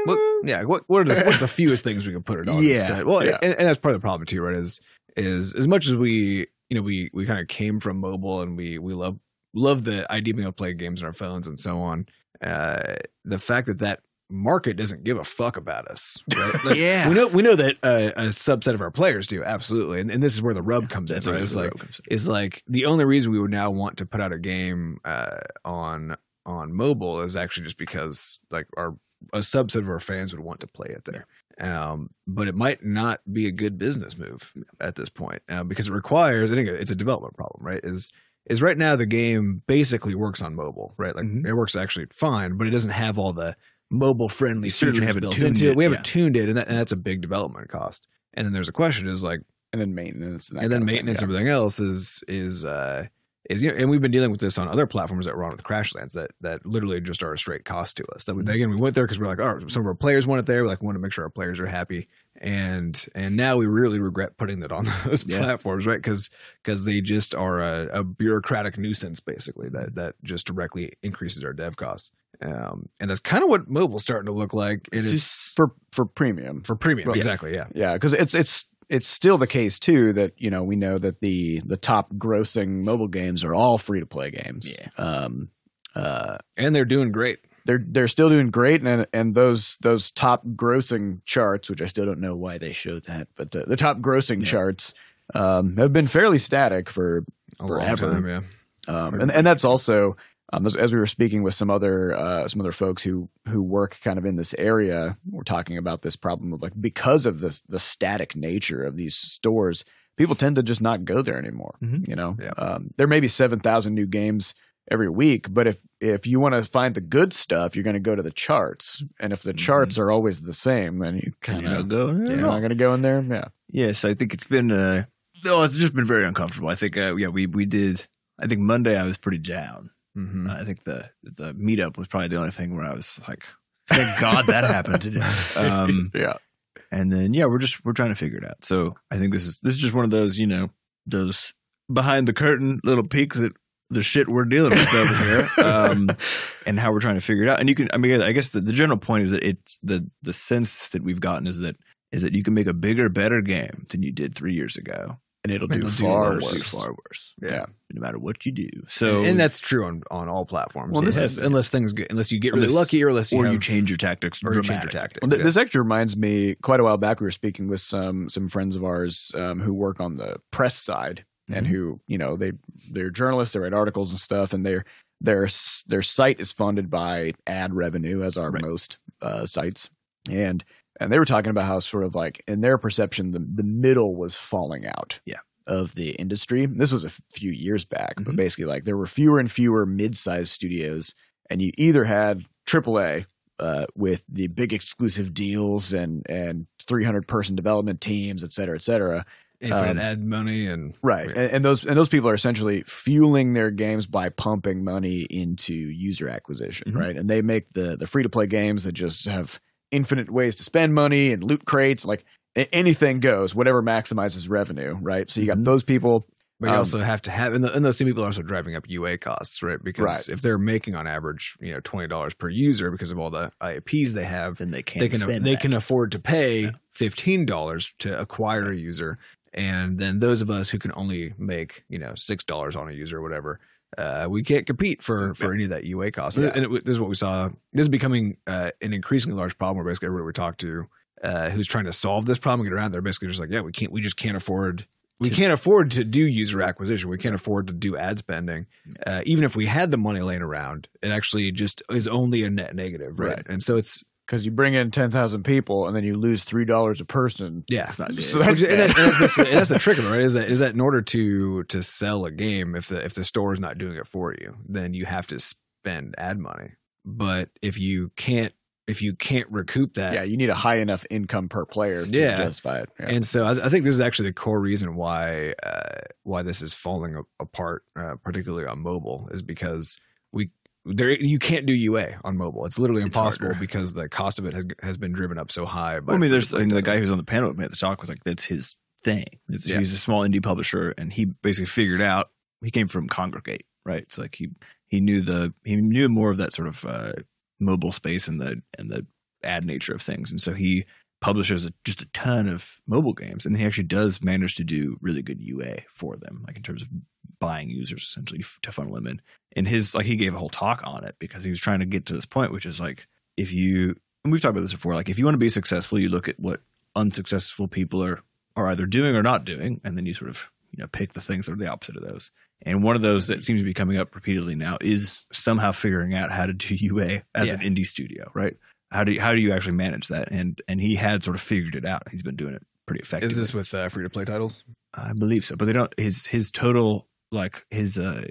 Speaker 1: What, yeah, what what are the, what's the fewest things we can put it on?
Speaker 3: Yeah,
Speaker 1: instead? well,
Speaker 2: yeah.
Speaker 1: and, and that's part of the problem too, right? Is is as much as we you know we we kind of came from mobile and we we love love the idea of being able to play games on our phones and so on. Uh, the fact that that market doesn't give a fuck about us, right? Like,
Speaker 3: yeah,
Speaker 1: We know we know that uh, a subset of our players do absolutely, and, and this is where the rub comes in. Right? It's like is like the only reason we would now want to put out a game uh, on on mobile is actually just because like our a subset of our fans would want to play it there. Um, but it might not be a good business move at this point uh, because it requires. I think it's a development problem, right? Is is right now the game basically works on mobile, right? Like
Speaker 3: Mhm.
Speaker 1: it works actually fine, but it doesn't have all the mobile friendly
Speaker 3: We certainly
Speaker 1: features
Speaker 3: haven't
Speaker 1: built
Speaker 3: tuned
Speaker 1: into it.
Speaker 3: it,
Speaker 1: We haven't
Speaker 3: yeah.
Speaker 1: tuned it, and, that, and that's a big development cost. And then there's a question: is like
Speaker 2: and then maintenance, and, that
Speaker 1: and then
Speaker 2: kind of thing,
Speaker 1: maintenance
Speaker 2: yeah.
Speaker 1: and everything else is is uh is you know, and we've been dealing with this on other platforms that were on with Crashlands that that literally just are a straight cost to us. That we, again, we went there because we're like, all right, some of our players want it there. We like want to make sure our players are happy, and and now we really regret putting that on those
Speaker 3: Yeah.
Speaker 1: platforms, right? Because because they just are a, a bureaucratic nuisance basically that that just directly increases our dev costs. Um, and that's kind of what mobile's starting to look like. It
Speaker 3: It's
Speaker 1: is
Speaker 3: just
Speaker 2: for for premium.
Speaker 1: for premium,
Speaker 2: Right.
Speaker 1: exactly. Yeah,
Speaker 2: Yeah, because it's it's it's still the case too that you know we know that the the top grossing mobile games are all free to play games.
Speaker 3: Yeah.
Speaker 2: Um. Uh.
Speaker 1: and they're doing great.
Speaker 2: They're they're still doing great, and and those those top grossing charts, which I still don't know why they showed that, but the, the top grossing
Speaker 3: Yeah.
Speaker 2: charts um, have been fairly static for
Speaker 1: A long
Speaker 2: Forever.
Speaker 1: time, yeah.
Speaker 2: um, and, and that's also um, as, as we were speaking with some other uh, some other folks who who work kind of in this area, we're talking about this problem of like because of the the static nature of these stores, people tend to just not go there anymore.
Speaker 3: Mhm.
Speaker 2: You know,
Speaker 1: Yeah.
Speaker 2: um, there may be seven thousand new games every week, but if if you want to find the good stuff, you're going to go to the charts, and if the
Speaker 3: Mhm.
Speaker 2: charts are always the same, then you kind
Speaker 3: kind
Speaker 2: of
Speaker 3: of go.
Speaker 2: you're
Speaker 3: Yeah.
Speaker 2: not going to go in there. Yeah,
Speaker 3: yeah, so I think it's been uh oh, it's just been very uncomfortable. I think uh, yeah, we we did. I think Monday I was pretty down.
Speaker 1: Mm-hmm.
Speaker 3: I think the the meetup was probably the only thing where I was like, thank God that happened today. Um,
Speaker 2: yeah,
Speaker 3: and then yeah, we're just we're trying to figure it out. So I think this is this is just one of those you know those behind the curtain little peeks at the shit we're dealing with over here. Um, and how we're trying to figure it out. And you can, I mean, I guess the, the general point is that it's the the sense that we've gotten is that is that you can make a bigger, better game than you did three years ago.
Speaker 2: and it'll
Speaker 1: And
Speaker 2: do
Speaker 1: it'll do
Speaker 2: far
Speaker 1: worse.
Speaker 3: It'll
Speaker 2: worse.
Speaker 3: do far worse.
Speaker 2: Yeah.
Speaker 3: no matter what you do. So
Speaker 1: and, and that's true on, on all platforms.
Speaker 2: Well, this
Speaker 1: unless,
Speaker 3: is-
Speaker 1: unless things get, unless you get really
Speaker 3: Unless-
Speaker 1: lucky, or unless you
Speaker 3: or you
Speaker 1: have-
Speaker 3: change your tactics
Speaker 1: or you change your
Speaker 3: dramatically.
Speaker 1: tactics.
Speaker 2: Well, th-
Speaker 1: yeah.
Speaker 2: This actually reminds me. Quite a while back, we were speaking with some some friends of ours um, who work on the press side, and
Speaker 3: Mhm.
Speaker 2: who you know they they're journalists, they write articles and stuff, and their their s- their site is funded by ad revenue, as are
Speaker 3: Right.
Speaker 2: most uh, sites, and and they were talking about how sort of like in their perception, the the middle was falling out.
Speaker 3: Yeah.
Speaker 2: Of the industry, this was a f- few years back, but
Speaker 3: Mhm.
Speaker 2: basically, like there were fewer and fewer mid-sized studios, and you either had AAA, uh, with the big exclusive deals and and 300 person development teams, et cetera, et cetera.
Speaker 1: infinite
Speaker 2: um,
Speaker 1: ad money and
Speaker 2: Right,
Speaker 1: Yeah.
Speaker 2: and, and those and those people are essentially fueling their games by pumping money into user acquisition,
Speaker 3: Mhm.
Speaker 2: right? And they make the the free to play games that just have infinite ways to spend money and loot crates, like a- anything goes, whatever maximizes revenue, right? So you got
Speaker 3: Mhm.
Speaker 2: those people,
Speaker 1: but you
Speaker 2: um,
Speaker 1: also have to have and, the, and those same people are also driving up UA costs, right? Because
Speaker 2: Right.
Speaker 1: if they're making on average, you know, twenty dollars per user because of all the IAPs they have,
Speaker 3: Then they can't.
Speaker 1: they can
Speaker 3: spend
Speaker 1: they
Speaker 3: that.
Speaker 1: can afford to pay
Speaker 3: Yeah.
Speaker 1: fifteen dollars to acquire a user, and then those of us who can only make you know six dollars on a user or whatever, uh, we can't compete for for any of that UA cost. And-
Speaker 2: Yeah.
Speaker 1: And it, this is what we saw. This is becoming uh, an increasingly large problem. Where basically everybody we talk to, uh, who's trying to solve this problem, and get around, they're basically just like, yeah, we can't, we just can't afford. We can't afford to do user acquisition. We can't afford to do ad spending. Uh, even if we had the money laying around, it actually just is only a net negative, right?
Speaker 2: Right.
Speaker 1: And so it's
Speaker 2: because you bring in ten thousand people and then you lose three dollars a person.
Speaker 1: yeah,
Speaker 3: It's not
Speaker 2: So
Speaker 3: good.
Speaker 2: that's
Speaker 1: Which- and,
Speaker 2: bad.
Speaker 1: that- and that's basically- and that's the trick of it, right? Is that is that in order to to sell a game, if the if the store is not doing it for you, then you have to spend ad money. But if you can't if you can't recoup that,
Speaker 2: yeah, you need a high enough income per player to
Speaker 1: Yeah.
Speaker 2: justify it. Yeah.
Speaker 1: and so I, I think this is actually the core reason why uh, why this is falling a- apart, uh, particularly on mobile, is because we there you can't do UA on mobile. It's literally
Speaker 3: It's
Speaker 1: impossible
Speaker 3: harder.
Speaker 1: because the cost of it has, has been driven up so high. By
Speaker 3: Well, I mean, there's I
Speaker 1: free-to-play
Speaker 3: mean, the guy
Speaker 1: games.
Speaker 3: who's on the panel with me at the talk was like, that's his thing. It's,
Speaker 1: Yeah.
Speaker 3: He's a small indie publisher, and he basically figured out he came from Congregate, right? So like he he knew the he knew more of that sort of uh, mobile space and the and the ad nature of things, and so he publishes a, just a ton of mobile games, and he actually does manage to do really good UA for them, like in terms of buying users essentially f- to funnel them in. And his like he gave a whole talk on it because he was trying to get to this point, which is like if you and we've talked about this before, like if you want to be successful, you look at what unsuccessful people are are either doing or not doing, and then you sort of you know pick the things that are the opposite of those. And one of those that seems to be coming up repeatedly now is somehow figuring out how to do UA as an indie studio, right? How do you, how do you actually manage that? And and he had sort of figured it out. He's been doing it pretty effectively.
Speaker 1: is this with uh, free to play titles?
Speaker 3: I believe so, but they don't. His his total like his uh,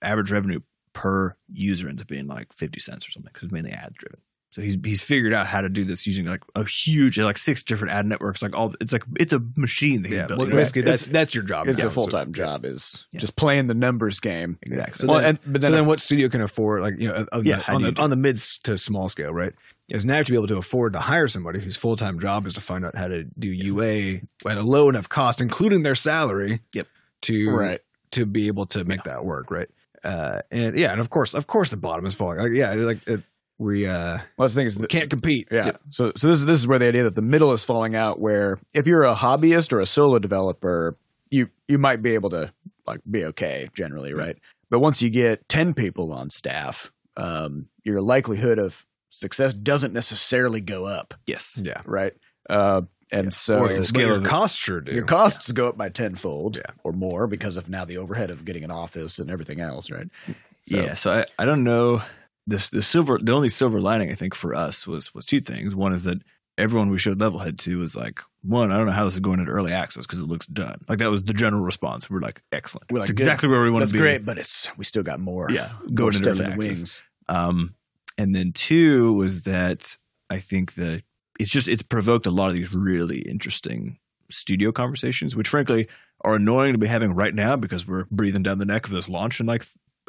Speaker 3: average revenue per user ends up being like fifty cents or something because mainly ad driven. So he's he's figured out how to do this using like a huge like six different ad networks. Like all it's like it's a machine that he's
Speaker 1: Yeah,
Speaker 3: built.
Speaker 1: well,
Speaker 3: you know?
Speaker 1: basically
Speaker 2: It's-
Speaker 1: that's that's your job.
Speaker 2: it's
Speaker 1: now,
Speaker 2: a full time
Speaker 1: so,
Speaker 2: job is
Speaker 3: Yeah.
Speaker 2: just playing the numbers game.
Speaker 3: Exactly.
Speaker 1: So
Speaker 2: well,
Speaker 1: then-
Speaker 2: and but
Speaker 1: so
Speaker 2: then,
Speaker 1: then, what studio can afford, like you know, of- of the-
Speaker 3: Yeah, how
Speaker 1: on
Speaker 3: do you
Speaker 1: the
Speaker 3: do
Speaker 1: on the mid s- to small scale, right? Is now to be able to afford to hire somebody whose full time job is to find out how to do UA at a low enough cost, including their salary.
Speaker 3: Yep.
Speaker 1: To
Speaker 2: right?
Speaker 1: to be able to make that work, right? Uh, and yeah, and of course, of course, the bottom is falling. Like, yeah, like it, we uh,
Speaker 2: Well, that's the thing is the,
Speaker 1: can't compete.
Speaker 2: Yeah. So so this is this is where the idea that the middle is falling out where if you're a hobbyist or a solo developer, you you might be able to like be okay generally, right? But once you get 10 people on staff, um, your likelihood of success doesn't necessarily go up,
Speaker 3: yes,
Speaker 1: Yeah.
Speaker 2: right? Uh, and so
Speaker 1: or if the
Speaker 3: scale
Speaker 1: scale
Speaker 3: of
Speaker 1: of
Speaker 3: the-
Speaker 1: costs sure do.
Speaker 2: your costs go up by tenfold
Speaker 1: Yeah.
Speaker 2: or more because of now the overhead of getting an office and everything else, right? So-
Speaker 3: yeah. So I, I don't know this the silver the only silver lining I think for us was was two things. One is that everyone we showed level head to was like one I don't know how this is going into early access because it looks done. Like that was the general response. We're like excellent.
Speaker 2: We're like,
Speaker 3: it's
Speaker 2: good.
Speaker 3: exactly where we want
Speaker 2: That's
Speaker 3: to be.
Speaker 2: great, but it's we still got more.
Speaker 3: Yeah,
Speaker 2: more
Speaker 3: going into
Speaker 2: stuff
Speaker 3: early
Speaker 2: in the
Speaker 3: access.
Speaker 2: wings.
Speaker 3: Um, and then two was that I think that it's just it's provoked a lot of these really interesting studio conversations, which frankly are annoying to be having right now because we're breathing down the neck of this launch in like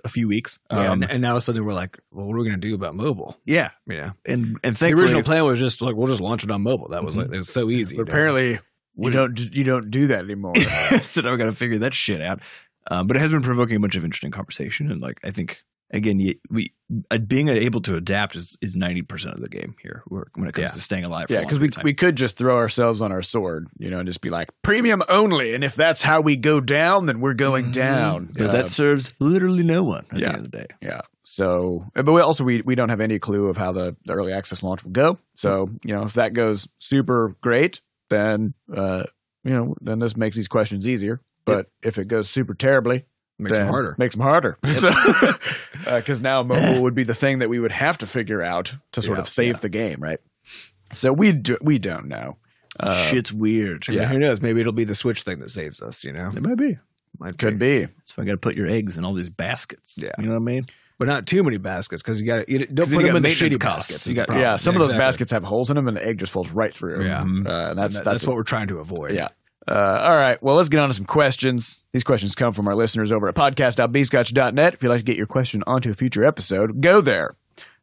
Speaker 3: a few weeks.
Speaker 1: Yeah,
Speaker 3: Um,
Speaker 1: and, and now suddenly we're like, well, what are we going to do about mobile?
Speaker 3: yeah,
Speaker 1: You know,
Speaker 3: and and
Speaker 1: the
Speaker 3: thankfully,
Speaker 1: original plan was just like we'll just launch it on mobile. That was
Speaker 3: Mhm.
Speaker 1: like it was so easy.
Speaker 2: But
Speaker 1: you know?
Speaker 2: apparently you
Speaker 3: Would've-
Speaker 2: don't you don't do that anymore.
Speaker 3: so now we got to figure that shit out. Um, but it has been provoking a bunch of interesting conversation, and like I think again, you, we uh, being able to adapt is is ninety percent of the game here where- when it comes
Speaker 1: Yeah.
Speaker 3: to staying alive. for a
Speaker 2: Yeah,
Speaker 3: long
Speaker 2: because we,
Speaker 3: period of time.
Speaker 2: we could just throw ourselves on our sword, you know, and just be like premium only, and if that's how we go down, then we're going down.
Speaker 3: Mm-hmm. but
Speaker 2: Uh,
Speaker 3: that serves literally no one at
Speaker 2: yeah.
Speaker 3: the end of the day.
Speaker 2: yeah. So, uh, but we also we we don't have any clue of how the, the early access launch will go. So, you know, if that goes super great, then uh, you know, then this makes these questions easier. But if it goes super terribly,
Speaker 1: makes
Speaker 2: then
Speaker 1: them harder.
Speaker 2: Makes them harder. Because now mobile would be the thing that we would have to figure out to sort
Speaker 1: Yeah,
Speaker 2: of save the game, right? So we do, we don't know. Uh,
Speaker 3: Shit's weird.
Speaker 1: Yeah. Who knows? Maybe it'll be the Switch thing that saves us. You know,
Speaker 3: It might be.
Speaker 1: Might
Speaker 2: could be.
Speaker 3: That's why I got to put your eggs in all these baskets.
Speaker 1: Yeah.
Speaker 3: You know what I mean?
Speaker 1: but not too many baskets because you got to don't
Speaker 3: 'Cause then
Speaker 1: put them
Speaker 3: you got
Speaker 1: in the
Speaker 3: maintenance
Speaker 1: shitty
Speaker 3: costs.
Speaker 1: baskets.
Speaker 3: You
Speaker 1: is
Speaker 3: got-
Speaker 1: the
Speaker 3: Oh,
Speaker 2: yeah,
Speaker 1: problem.
Speaker 2: some of those
Speaker 1: exactly.
Speaker 2: baskets have holes in them, and the egg just falls right through.
Speaker 1: Yeah.
Speaker 2: Uh, and that's
Speaker 1: That-
Speaker 2: that's,
Speaker 1: what we're trying to avoid.
Speaker 2: Yeah. Uh, all right. Well, let's get on to some questions. These questions come from our listeners over at podcast.bscotch.net. If you'd like to get your question onto a future episode, go there.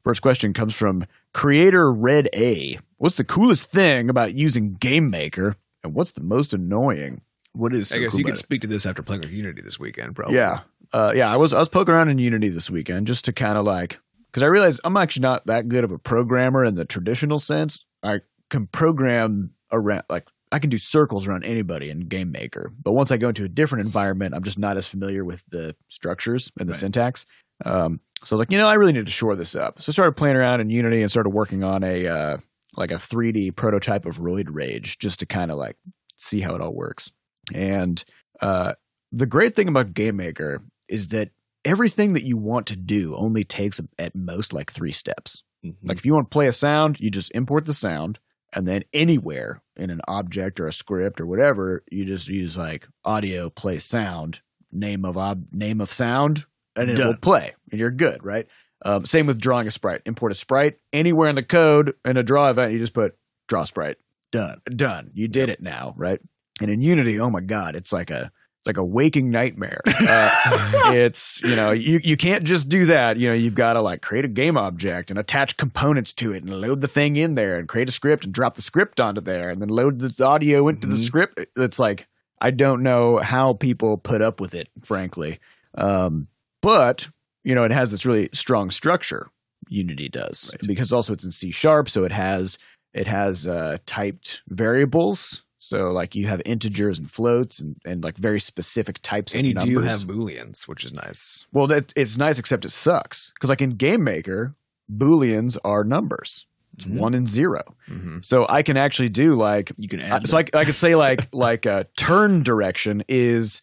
Speaker 2: First question comes from creator Red A. What's the coolest thing about using Game Maker, and what's the most annoying?
Speaker 3: What is so
Speaker 1: I guess
Speaker 3: cool
Speaker 1: you
Speaker 3: about
Speaker 1: could
Speaker 3: it?
Speaker 1: speak to this after playing with Unity this weekend, probably.
Speaker 2: Yeah. Uh, yeah. I was I was poking around in Unity this weekend just to kind of like because I realized I'm actually not that good of a programmer in the traditional sense. I can program around like I can do circles around anybody in Game Maker, but once I go into a different environment, I'm just not as familiar with the structures and the
Speaker 3: Right.
Speaker 2: syntax. Um, so I was like, you know, I really need to shore this up. So I started playing around in Unity and started working on a uh, like a 3D prototype of Roid Rage just to kind of like see how it all works. And uh, the great thing about Game Maker is that everything that you want to do only takes at most like three steps. Like if you want to play a sound, you just import the sound and then anywhere in an object or a script or whatever, you just use like audio play sound, name of ob name of sound, and it will
Speaker 3: Done.
Speaker 2: play. And you're good, right? Um, same with drawing a sprite. Import a sprite anywhere in the code in a draw event, you just put draw sprite.
Speaker 3: done.
Speaker 2: Done. You did it now, right? And in Unity, oh my god, it's like a it's like a waking nightmare. Uh, it's you know you you can't just do that you know you've got to like create a game object and attach components to it and load the thing in there and create a script and drop the script onto there and then load the audio into the
Speaker 3: Mhm.
Speaker 2: script it's like i don't know how people put up with it frankly um, but you know it has this really strong structure unity does
Speaker 3: Right.
Speaker 2: because also it's in c sharp so it has it has uh, typed variables so like you have integers and floats and, and like very specific types
Speaker 1: And
Speaker 2: of
Speaker 1: you
Speaker 2: numbers.
Speaker 1: do have booleans, which is nice.
Speaker 2: Well, that it's nice, except it sucks because like in Game Maker, booleans are numbers. It's
Speaker 3: Mhm.
Speaker 2: one and zero.
Speaker 1: Mm-hmm.
Speaker 2: So I can actually do like
Speaker 3: You can
Speaker 2: I-
Speaker 3: add.
Speaker 2: Uh, so I, c- I could say like like uh, turn direction is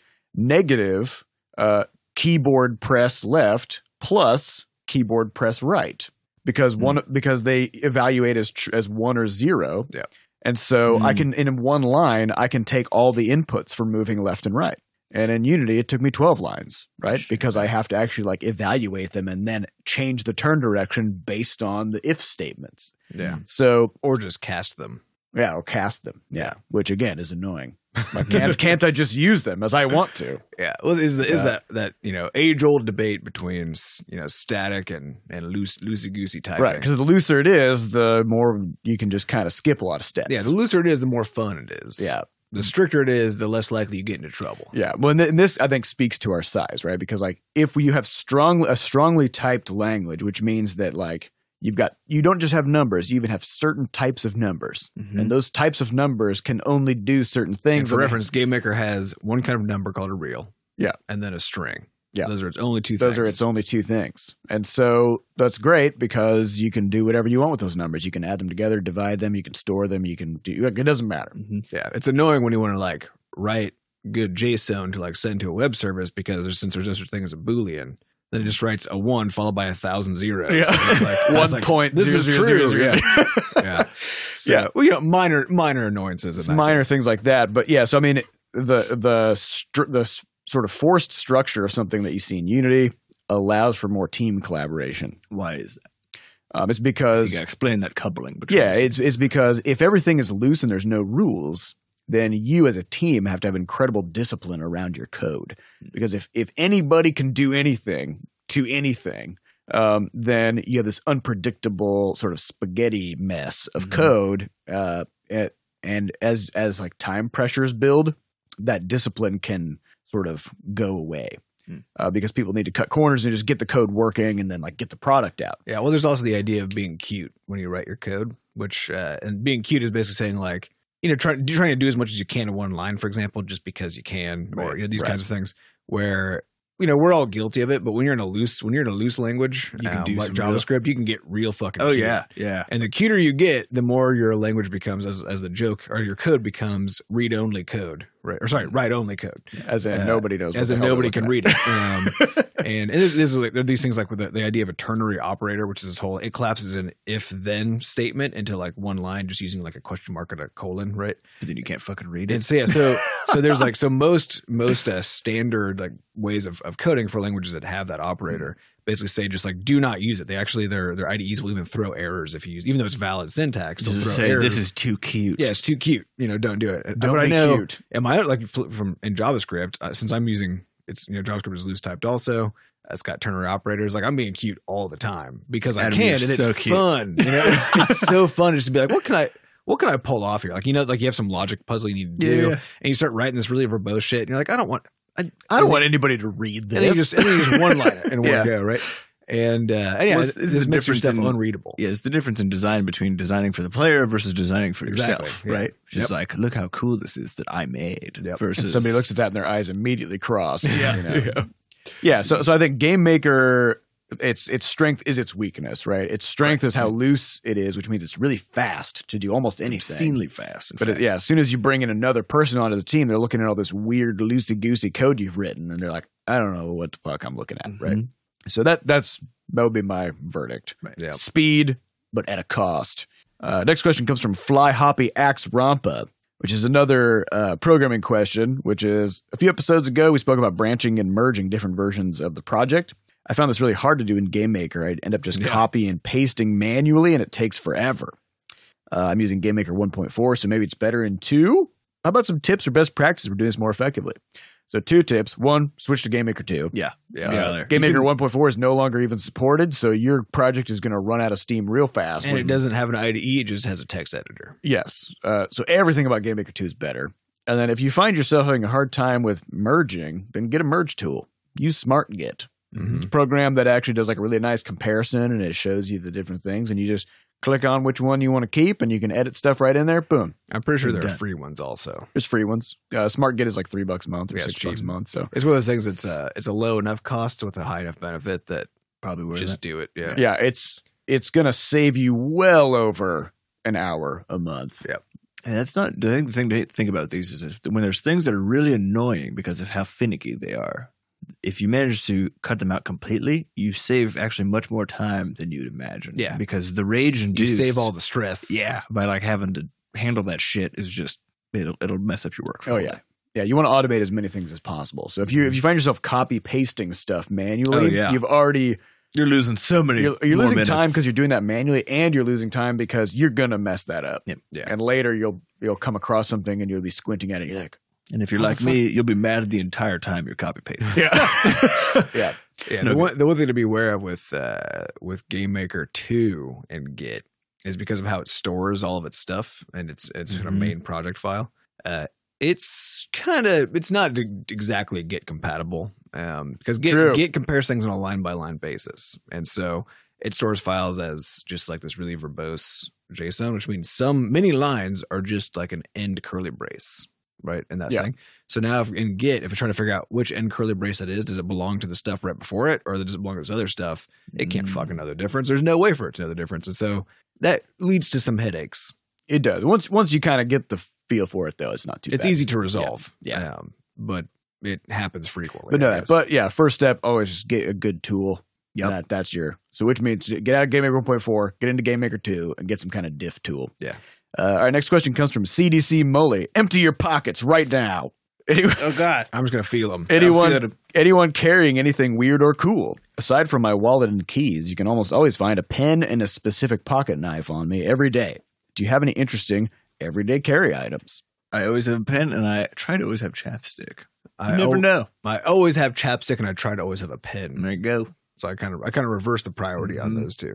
Speaker 2: negative uh, keyboard press left plus keyboard press right because one because they evaluate as tr- as one or zero.
Speaker 1: Yeah.
Speaker 2: And so I
Speaker 3: Mm.
Speaker 2: can in one line I can take all the inputs for moving left and right. And in Unity it took me 12 lines, right?
Speaker 3: Sure.
Speaker 2: Because I have to actually like evaluate them and then change the turn direction based on the if statements.
Speaker 1: Yeah.
Speaker 2: So
Speaker 1: Or just cast them.
Speaker 2: yeah, or cast them. Yeah, which again is annoying. Like, can't can't I just use them as I want to?
Speaker 1: Yeah. Well, is the, is
Speaker 2: Yeah.
Speaker 1: that that you know age old debate between s- you know static and and loose loosey goosey type.
Speaker 2: Right,
Speaker 1: thing.
Speaker 2: because the looser it is, the more you can just kind of skip a lot of steps.
Speaker 1: Yeah. The looser it is, the more fun it is.
Speaker 2: yeah,
Speaker 1: The stricter it is, the less likely you get into trouble.
Speaker 2: yeah. Well, and, th- and this I think speaks to our size, right? Because like if you have strong a strongly typed language, which means that like you've got you don't just have numbers, you even have certain types of numbers,
Speaker 1: Mm-hmm.
Speaker 2: and those types of numbers can only do certain things.
Speaker 1: And for
Speaker 2: and they-
Speaker 1: reference, Game Maker has one kind of number called a real.
Speaker 2: Yeah.
Speaker 1: And then a string.
Speaker 2: Yeah.
Speaker 1: Those are its only two
Speaker 2: those
Speaker 1: things.
Speaker 2: are its only two things and so that's great because you can do whatever you want with those numbers you can add them together divide them you can store them you can do like, it doesn't matter
Speaker 3: Mm-hmm.
Speaker 1: Yeah, it's annoying when you want to like write good JSON to like send to a web service because there's, since there's no such thing as a boolean, then it just writes a one followed by a thousand zeros. And it's like- I was
Speaker 2: one
Speaker 1: like,
Speaker 2: point
Speaker 1: this
Speaker 2: zero
Speaker 1: is
Speaker 2: zero
Speaker 1: true,
Speaker 2: zero zero.
Speaker 1: yeah, So,
Speaker 2: Yeah.
Speaker 1: Well, you know, minor minor annoyances.
Speaker 2: it's
Speaker 1: in that
Speaker 2: minor
Speaker 1: case.
Speaker 2: things like that but yeah so i mean the the str- the s- sort of forced structure of something that you see in unity allows for more team collaboration
Speaker 3: Why is that?
Speaker 2: um, it's
Speaker 3: You
Speaker 2: because
Speaker 3: gotta explain that coupling between.
Speaker 2: Yeah, it's it's because if everything is loose and there's no rules, then you as a team have to have incredible discipline around your code.
Speaker 1: Hmm.
Speaker 2: Because if if anybody can do anything to anything, um, then you have this unpredictable sort of spaghetti mess of
Speaker 3: Mhm.
Speaker 1: Mm-hmm.
Speaker 2: code. Uh, a- and as as like time pressures build, that discipline can sort of go away.
Speaker 3: Hmm.
Speaker 2: Uh, because people need to cut corners and just get the code working and then like get the product out.
Speaker 1: Yeah. Well, there's also the idea of being cute when you write your code, which uh, and being cute is basically saying like you know trying trying to do as much as you can in one line, for example, just because you can, or
Speaker 2: Right,
Speaker 1: you know these
Speaker 2: right.
Speaker 1: kinds of things where. You know we're all guilty of it, but when you're in a loose when you're in a loose language,
Speaker 3: You can
Speaker 1: um,
Speaker 3: do
Speaker 1: like
Speaker 3: some real-
Speaker 1: JavaScript, you can get real fucking.
Speaker 3: Oh
Speaker 1: cute.
Speaker 3: yeah, yeah.
Speaker 1: And the cuter you get, the more your language becomes as as the joke or your code becomes read only code, right? Or sorry,
Speaker 3: Mm.
Speaker 1: write only code,
Speaker 2: As in
Speaker 1: Uh,
Speaker 2: nobody knows. what
Speaker 1: as
Speaker 2: the
Speaker 1: in
Speaker 2: hell they're
Speaker 1: nobody can
Speaker 2: looking at.
Speaker 1: read it. Um, and this, this is like, there are these things like with the, the idea of a ternary operator, which is this whole it collapses an if then statement into like one line, just using like a question mark and a colon, right?
Speaker 3: But then you can't fucking read
Speaker 1: And
Speaker 3: it.
Speaker 1: so yeah, so so there's like so most most uh, standard like ways of, of coding for languages that have that operator basically say just like do not use it. They actually their their IDEs will even throw errors if you use even though it's valid syntax. They'll
Speaker 3: Just
Speaker 1: throw
Speaker 3: say
Speaker 1: errors.
Speaker 3: this is too cute.
Speaker 1: yeah, it's too cute. You know, don't do it.
Speaker 2: Don't
Speaker 1: but I
Speaker 2: be
Speaker 1: know
Speaker 2: cute.
Speaker 1: am I like fl- from in JavaScript uh, since I'm using it's you know JavaScript is loose typed also. It's got ternary operators. Like I'm being cute all the time because I
Speaker 3: Adam,
Speaker 1: can,
Speaker 3: you're
Speaker 1: and it's
Speaker 3: so cute.
Speaker 1: fun. You know, it's, it's so fun just to be like, what can I, what can I pull off here? Like you know, like you have some logic puzzle you need to do,
Speaker 3: Yeah.
Speaker 1: and you start writing this really verbose shit, and you're like, I don't want, I,
Speaker 2: I
Speaker 1: And
Speaker 2: don't
Speaker 1: they-
Speaker 2: want anybody to read this.
Speaker 1: and then you just, and then you just one line it in one
Speaker 3: Yeah.
Speaker 1: go, right? And uh, yeah,
Speaker 3: What's- is
Speaker 1: this
Speaker 3: the
Speaker 1: makes your
Speaker 3: difference
Speaker 1: stuff
Speaker 3: in-
Speaker 1: unreadable.
Speaker 3: Yeah, it's the difference in design between designing for the player versus designing for yourself,
Speaker 1: Exactly, yeah.
Speaker 3: right? Just like, look how cool this is that I made.
Speaker 1: Yep.
Speaker 3: Versus
Speaker 2: somebody looks at that and their eyes immediately cross.
Speaker 3: Yeah.
Speaker 2: you know? Yeah, so so I think game maker its its strength is its weakness, right? Its strength is how loose it is, which means it's really fast to do almost anything.
Speaker 3: obscenely fast. in
Speaker 2: But it,
Speaker 3: fact.
Speaker 2: yeah, as soon as you bring in another person onto the team, they're looking at all this weird loosey goosey code you've written, and they're like, "I don't know what the fuck I'm looking at." Right.
Speaker 3: Mhm.
Speaker 2: So that that's that would be my verdict:
Speaker 1: Yeah.
Speaker 2: speed, but at a cost. Uh, next question comes from Fly Hoppy Axe Rompa, which is another uh, programming question. Which is a few episodes ago we spoke about branching and merging different versions of the project. I found this really hard to do in Game Maker. I'd end up just
Speaker 1: Yeah.
Speaker 2: copy and pasting manually, and it takes forever. Uh, I'm using Game Maker 1.4, so maybe it's better in two. How about some tips or best practices for doing this more effectively? So, two tips. One, switch to Game Maker 2.
Speaker 1: Yeah.
Speaker 3: Yeah.
Speaker 2: Uh,
Speaker 3: there.
Speaker 2: Game
Speaker 3: You
Speaker 2: Maker 1.4 is no longer even supported, so your project is going to run out of steam real fast.
Speaker 1: And it
Speaker 2: when-
Speaker 1: doesn't have an IDE, it just has a text editor.
Speaker 2: Yes. Uh, so everything about Game Maker 2 is better. And then if you find yourself having a hard time with merging, then get a merge tool. Use SmartGit.
Speaker 3: Mm-hmm.
Speaker 2: It's
Speaker 1: Mm-hmm.
Speaker 2: a program that actually does like a really nice comparison and it shows you the different things and you just click on which one you want to keep and you can edit stuff right in there. Boom.
Speaker 1: I'm pretty sure there are
Speaker 3: Done.
Speaker 1: free ones also.
Speaker 2: There's free ones. Uh, SmartGit is like three bucks a month or
Speaker 1: Yeah, it's
Speaker 2: six bucks a
Speaker 1: cheap.
Speaker 2: month. So
Speaker 1: It's one of those things that's uh, it's a low enough cost with a high enough benefit that
Speaker 3: probably were
Speaker 1: just do it. Yeah.
Speaker 2: yeah, it's it's gonna save you well over an hour a month.
Speaker 3: And that's not the thing, the thing to think about these is if, when there's things that are really annoying because of how finicky they are. If you manage to cut them out completely, you save actually much more time than you'd imagine.
Speaker 1: Yeah.
Speaker 3: because the rage and
Speaker 1: You save all the stress.
Speaker 3: yeah by like having to handle that shit is just it'll it'll mess up your workflow.
Speaker 2: Oh yeah. Yeah, you want to automate as many things as possible. So if you if you find yourself copy pasting stuff manually,
Speaker 3: Oh, yeah.
Speaker 2: you've already
Speaker 3: you're losing so many.
Speaker 2: you're, you're
Speaker 3: more
Speaker 2: losing
Speaker 3: minutes.
Speaker 2: time because you're doing that manually, and you're losing time because you're gonna mess that up.
Speaker 3: Yeah.
Speaker 1: Yeah.
Speaker 2: And later you'll you'll come across something and you'll be squinting at it. You're like,
Speaker 3: and if you're
Speaker 2: How the
Speaker 3: like
Speaker 2: fuck-
Speaker 3: me, you'll be mad the entire time you're copy pasting.
Speaker 2: yeah, yeah,
Speaker 1: Yeah, the,
Speaker 3: no good.
Speaker 1: one, the one thing to be aware of with uh, with Game Maker two and Git is because of how it stores all of its stuff and it's it's in a
Speaker 3: Mhm.
Speaker 1: main project file. Uh, it's kind of it's not d- exactly Git compatible um, because Git
Speaker 2: True.
Speaker 1: Git compares things on a line by line basis, and so it stores files as just like this really verbose JSON, which means some many lines are just like an end curly brace, right? And that
Speaker 2: Yeah.
Speaker 1: thing. So now if, in Git, if you're trying to figure out which end curly brace that is, does it belong to the stuff right before it, or does it belong to this other stuff? It can't
Speaker 3: Mm.
Speaker 1: fucking know the difference. There's no way for it to know the difference, and so that leads to some headaches.
Speaker 2: it does. Once once you kind of get the feel for it, though, it's not too.
Speaker 1: It's
Speaker 2: bad.
Speaker 1: easy to resolve,
Speaker 2: Yeah.
Speaker 1: Um, but it happens frequently.
Speaker 2: but
Speaker 1: I
Speaker 2: no,
Speaker 1: guess.
Speaker 2: but yeah, first step always just get a good tool.
Speaker 3: Yep.
Speaker 2: That, that's your so which means get out of Game Maker 1.4, get into Game Maker 2, and get some kind of diff tool.
Speaker 1: Yeah.
Speaker 2: Uh, all right. Next question comes from CDC Moley. Empty your pockets right now. Anyway,
Speaker 3: Oh God.
Speaker 1: I'm just gonna feel them.
Speaker 2: Anyone-
Speaker 3: I feel it-
Speaker 2: anyone carrying anything weird or cool. Aside from my wallet and keys, you can almost always find a pen and a specific pocket knife on me every day. Do you have any interesting everyday carry items?
Speaker 3: I always have a pen, and I try to always have chapstick. You
Speaker 1: I,
Speaker 3: never
Speaker 1: al-
Speaker 3: know.
Speaker 1: I always have chapstick, and I try to always have a pen.
Speaker 2: Mm-hmm.
Speaker 3: There you go.
Speaker 1: So I kind of I kind of reverse the priority on
Speaker 3: Mhm.
Speaker 1: those two.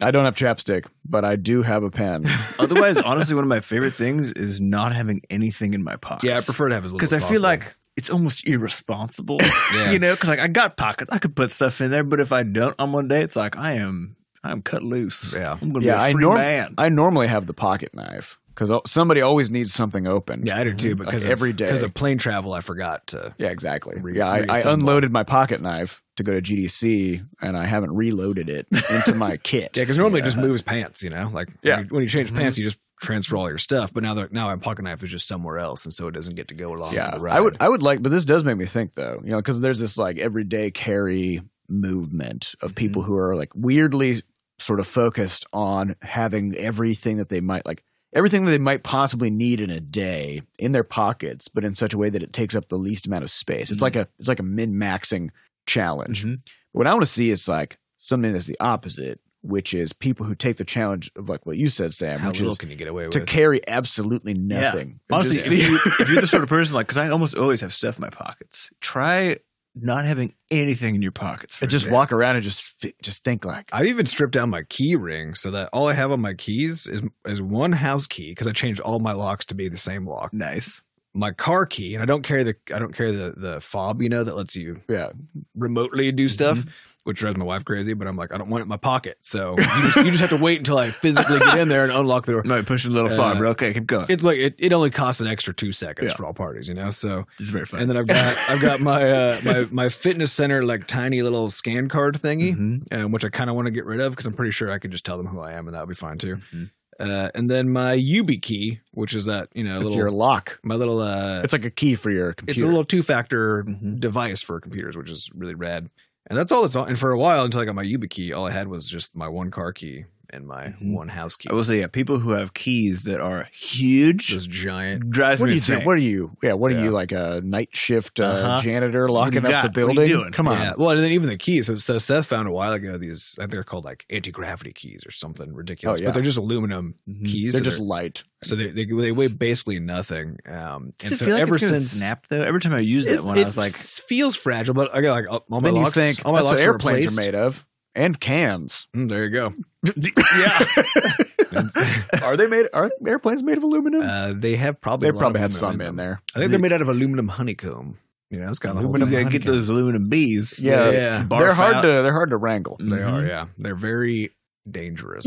Speaker 2: I don't have chapstick, but I do have a pen.
Speaker 3: Otherwise, honestly, one of my favorite things is not having anything in my pocket.
Speaker 1: Yeah, I prefer to have as little
Speaker 3: because I
Speaker 1: as
Speaker 3: feel
Speaker 1: possible.
Speaker 3: like it's almost irresponsible.
Speaker 1: Yeah.
Speaker 3: You know, because like I got pockets, I could put stuff in there, but if I don't on one day, it's like I am I'm cut loose.
Speaker 1: Yeah.
Speaker 3: I'm gonna
Speaker 2: Yeah,
Speaker 3: be
Speaker 2: I
Speaker 3: a free
Speaker 2: norm-
Speaker 3: man.
Speaker 2: I normally have the pocket knife because somebody always needs something open.
Speaker 1: Yeah, I do too. Because
Speaker 2: Like every day.
Speaker 1: because of plane travel, I forgot to.
Speaker 2: Yeah, exactly.
Speaker 1: Re-
Speaker 2: yeah, I, I
Speaker 1: reassemble.
Speaker 2: unloaded my pocket knife to go to GDC, and I haven't reloaded it into my kit.
Speaker 1: Yeah, because normally it just
Speaker 2: Yeah.
Speaker 1: moves pants. You know, like
Speaker 2: Yeah. Mm-hmm.
Speaker 1: when, you, when you change
Speaker 3: Mhm.
Speaker 1: pants, you just transfer all your stuff. But now they're- now my pocket knife is just somewhere else, and so it doesn't get to go along.
Speaker 2: Yeah,
Speaker 1: for the ride.
Speaker 2: I would. I would like, but this does make me think though, you know, because there's this like everyday carry movement
Speaker 1: Mm-hmm.
Speaker 2: of people who are like weirdly sort of focused on having everything that they might like. Everything that they might possibly need in a day in their pockets, but in such a way that it takes up the least amount of space. It's
Speaker 3: Mhm.
Speaker 1: Mm-hmm.
Speaker 2: like a it's like a min maxing challenge.
Speaker 3: Mhm.
Speaker 2: What I want to see is like something that's the opposite, which is people who take the challenge of like what you said, Sam,
Speaker 1: How
Speaker 2: which
Speaker 1: little
Speaker 2: is
Speaker 1: can you get away
Speaker 2: to
Speaker 1: with?
Speaker 2: carry absolutely nothing. And
Speaker 3: Honestly,
Speaker 2: just
Speaker 3: if,
Speaker 2: see-
Speaker 3: you, if you're the sort of person like, because I almost always have stuff in my pockets. Try not having anything in your pockets. For
Speaker 2: and just
Speaker 3: a day.
Speaker 2: walk around and just fi- just think like,
Speaker 1: I've even stripped down my key ring so that all I have on my keys is is one house key because I changed all my locks to be the same lock.
Speaker 3: Nice.
Speaker 1: My car key, and I don't carry the I don't carry the the fob, you know, that lets you
Speaker 2: Yeah.
Speaker 1: remotely do stuff. which drives my wife crazy. But I'm like, I don't want it in my pocket, so you just, you just have to wait until I physically get in there and unlock the door.
Speaker 3: Might push it a little
Speaker 1: Uh,
Speaker 3: far, but okay, keep going.
Speaker 1: It like it, it only costs an extra two seconds
Speaker 3: Yeah.
Speaker 1: for all parties, you know. So
Speaker 3: It's very fun.
Speaker 1: and then I've got I've got my uh, my my fitness center like tiny little scan card thingy,
Speaker 3: Mhm,
Speaker 1: um, which I kind of want to get rid of because I'm pretty sure I could just tell them who I am and that would be fine too.
Speaker 3: mhm.
Speaker 1: Uh, and then my Ubi key, which is that you know
Speaker 2: It's
Speaker 1: little
Speaker 2: your lock.
Speaker 1: my little uh,
Speaker 2: It's like a key for your computer.
Speaker 1: it's a little two factor
Speaker 3: Mhm.
Speaker 1: device for computers, which is really rad. And that's all it's on. And for a while until I got my Ubi key, all I had was just my one car key and my
Speaker 2: Mm-hmm.
Speaker 3: Mhm.
Speaker 1: one house key.
Speaker 3: I will say, yeah, people who have keys that are huge
Speaker 1: this giant.
Speaker 3: drives
Speaker 2: What
Speaker 3: me
Speaker 2: are you
Speaker 3: insane.
Speaker 2: doing? What are you? Yeah, what are
Speaker 1: Yeah.
Speaker 2: you like a night shift uh,
Speaker 3: Uh-huh.
Speaker 2: janitor locking
Speaker 3: got?
Speaker 2: up the
Speaker 3: What are you
Speaker 2: building?
Speaker 3: doing?
Speaker 2: Come on.
Speaker 1: Yeah. Well, and then even the keys. So, so Seth found a while ago these. I think they're called like anti gravity keys or something ridiculous.
Speaker 2: Oh, yeah. Mm-hmm.
Speaker 1: But they're just aluminum
Speaker 3: Mhm.
Speaker 1: keys.
Speaker 2: They're
Speaker 1: so
Speaker 2: just light.
Speaker 1: so they, they they weigh basically nothing. Um, and
Speaker 3: Does it
Speaker 1: so
Speaker 3: feel like
Speaker 1: ever
Speaker 3: it's gonna
Speaker 1: since
Speaker 3: snap though? Every time I use that
Speaker 1: it,
Speaker 3: one, I
Speaker 1: it
Speaker 3: was like,
Speaker 1: feels fragile. But I got like uh, all all my
Speaker 2: then you
Speaker 1: locks.
Speaker 2: think
Speaker 1: all my
Speaker 2: that's what
Speaker 1: locks
Speaker 2: airplanes
Speaker 1: replaced.
Speaker 2: are made of, and cans.
Speaker 1: Mm, there you go.
Speaker 3: yeah,
Speaker 2: are they made? Are airplanes made of aluminum?
Speaker 1: Uh, they have probably
Speaker 2: Hmm. they
Speaker 1: a lot
Speaker 2: probably
Speaker 1: of aluminum
Speaker 2: have some in
Speaker 1: them.
Speaker 2: there.
Speaker 1: I think they're made out of aluminum honeycomb. You know, it's got
Speaker 3: we're
Speaker 2: Aluminum
Speaker 3: gonna get
Speaker 1: honeycomb.
Speaker 3: those aluminum bees.
Speaker 2: Yeah.
Speaker 1: yeah.
Speaker 3: Barf
Speaker 2: they're hard
Speaker 3: out.
Speaker 2: to they're hard to wrangle.
Speaker 1: They are,
Speaker 3: Mhm.
Speaker 1: yeah. They're very dangerous.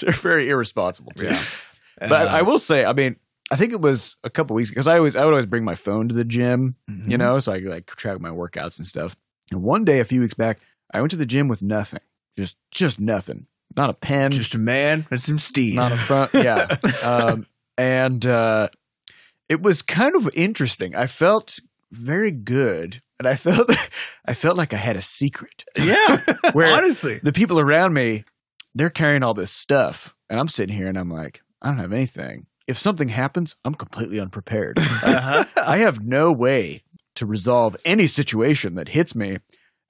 Speaker 2: they're very irresponsible too.
Speaker 1: yeah.
Speaker 2: But
Speaker 1: Uh,
Speaker 2: I will say, I mean, I think it was a couple weeks because I always I would always bring my phone to the gym,
Speaker 3: Mm-hmm.
Speaker 2: you know, so I could like track my workouts and stuff. And one day, a few weeks back, I went to the gym with nothing, just just nothing, not a pen,
Speaker 3: just a man and some steam.
Speaker 2: not a phone, yeah. Um, and uh, it was kind of interesting. I felt very good, and I felt I felt like I had a secret.
Speaker 3: yeah,
Speaker 2: Where
Speaker 3: honestly,
Speaker 2: the people around me, they're carrying all this stuff. And I'm sitting here and I'm like, I don't have anything. If something happens, I'm completely unprepared.
Speaker 3: uh-huh.
Speaker 2: I have no way to resolve any situation that hits me.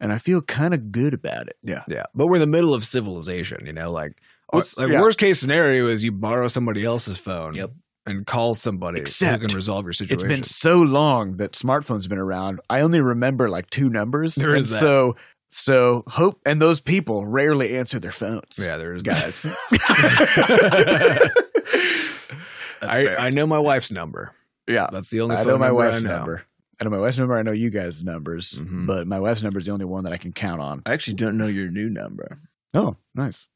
Speaker 2: And I feel kind of good about it. Yeah.
Speaker 1: yeah. But we're in the middle of civilization, you know, like, or-
Speaker 2: What's-
Speaker 1: like
Speaker 2: yeah.
Speaker 1: worst case scenario is you borrow somebody else's phone
Speaker 3: Yep.
Speaker 1: and call somebody
Speaker 2: Except
Speaker 1: who can resolve your
Speaker 2: It's
Speaker 1: situation.
Speaker 2: been so long that smartphones been around. I only remember like two numbers.
Speaker 1: There is
Speaker 2: And
Speaker 1: that.
Speaker 2: So, so hope, and those people rarely answer their phones.
Speaker 1: yeah, there is
Speaker 2: Guys.
Speaker 3: That's
Speaker 1: I,
Speaker 3: fair.
Speaker 1: I know my wifee's number.
Speaker 2: yeah.
Speaker 1: That's the only
Speaker 2: I
Speaker 1: phone
Speaker 2: know my
Speaker 1: number
Speaker 2: wife's
Speaker 1: I know.
Speaker 2: number. I know my wife's number. I know you guys' numbers,
Speaker 1: Mhm.
Speaker 2: but my wife's number is the only one that I can count on.
Speaker 3: I actually don't know your new number.
Speaker 2: Oh, nice.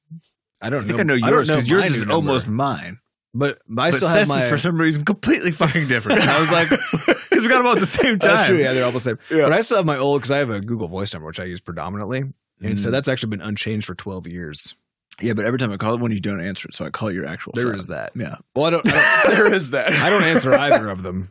Speaker 1: I don't
Speaker 3: I think
Speaker 1: know,
Speaker 3: I know
Speaker 1: don't
Speaker 3: yours because yours
Speaker 1: my
Speaker 3: is
Speaker 1: new number,
Speaker 3: almost mine.
Speaker 1: But I
Speaker 3: but
Speaker 1: still have
Speaker 3: Seth's
Speaker 1: my.
Speaker 3: is for some reason completely fucking different. I was like, because we got them all at the same time.
Speaker 1: That's true. Yeah, they're almost the same.
Speaker 2: Yeah.
Speaker 1: But I still have my old because I have a Google Voice number which I use predominantly, and so
Speaker 3: Mm.
Speaker 1: that's actually been unchanged for twelve years.
Speaker 3: yeah, but every time I call it one, you don't answer it, so I call your actual.
Speaker 1: There
Speaker 3: phone.
Speaker 1: is that.
Speaker 3: Yeah.
Speaker 1: Well, I don't. I don't,
Speaker 2: there is that.
Speaker 1: I don't answer either of them.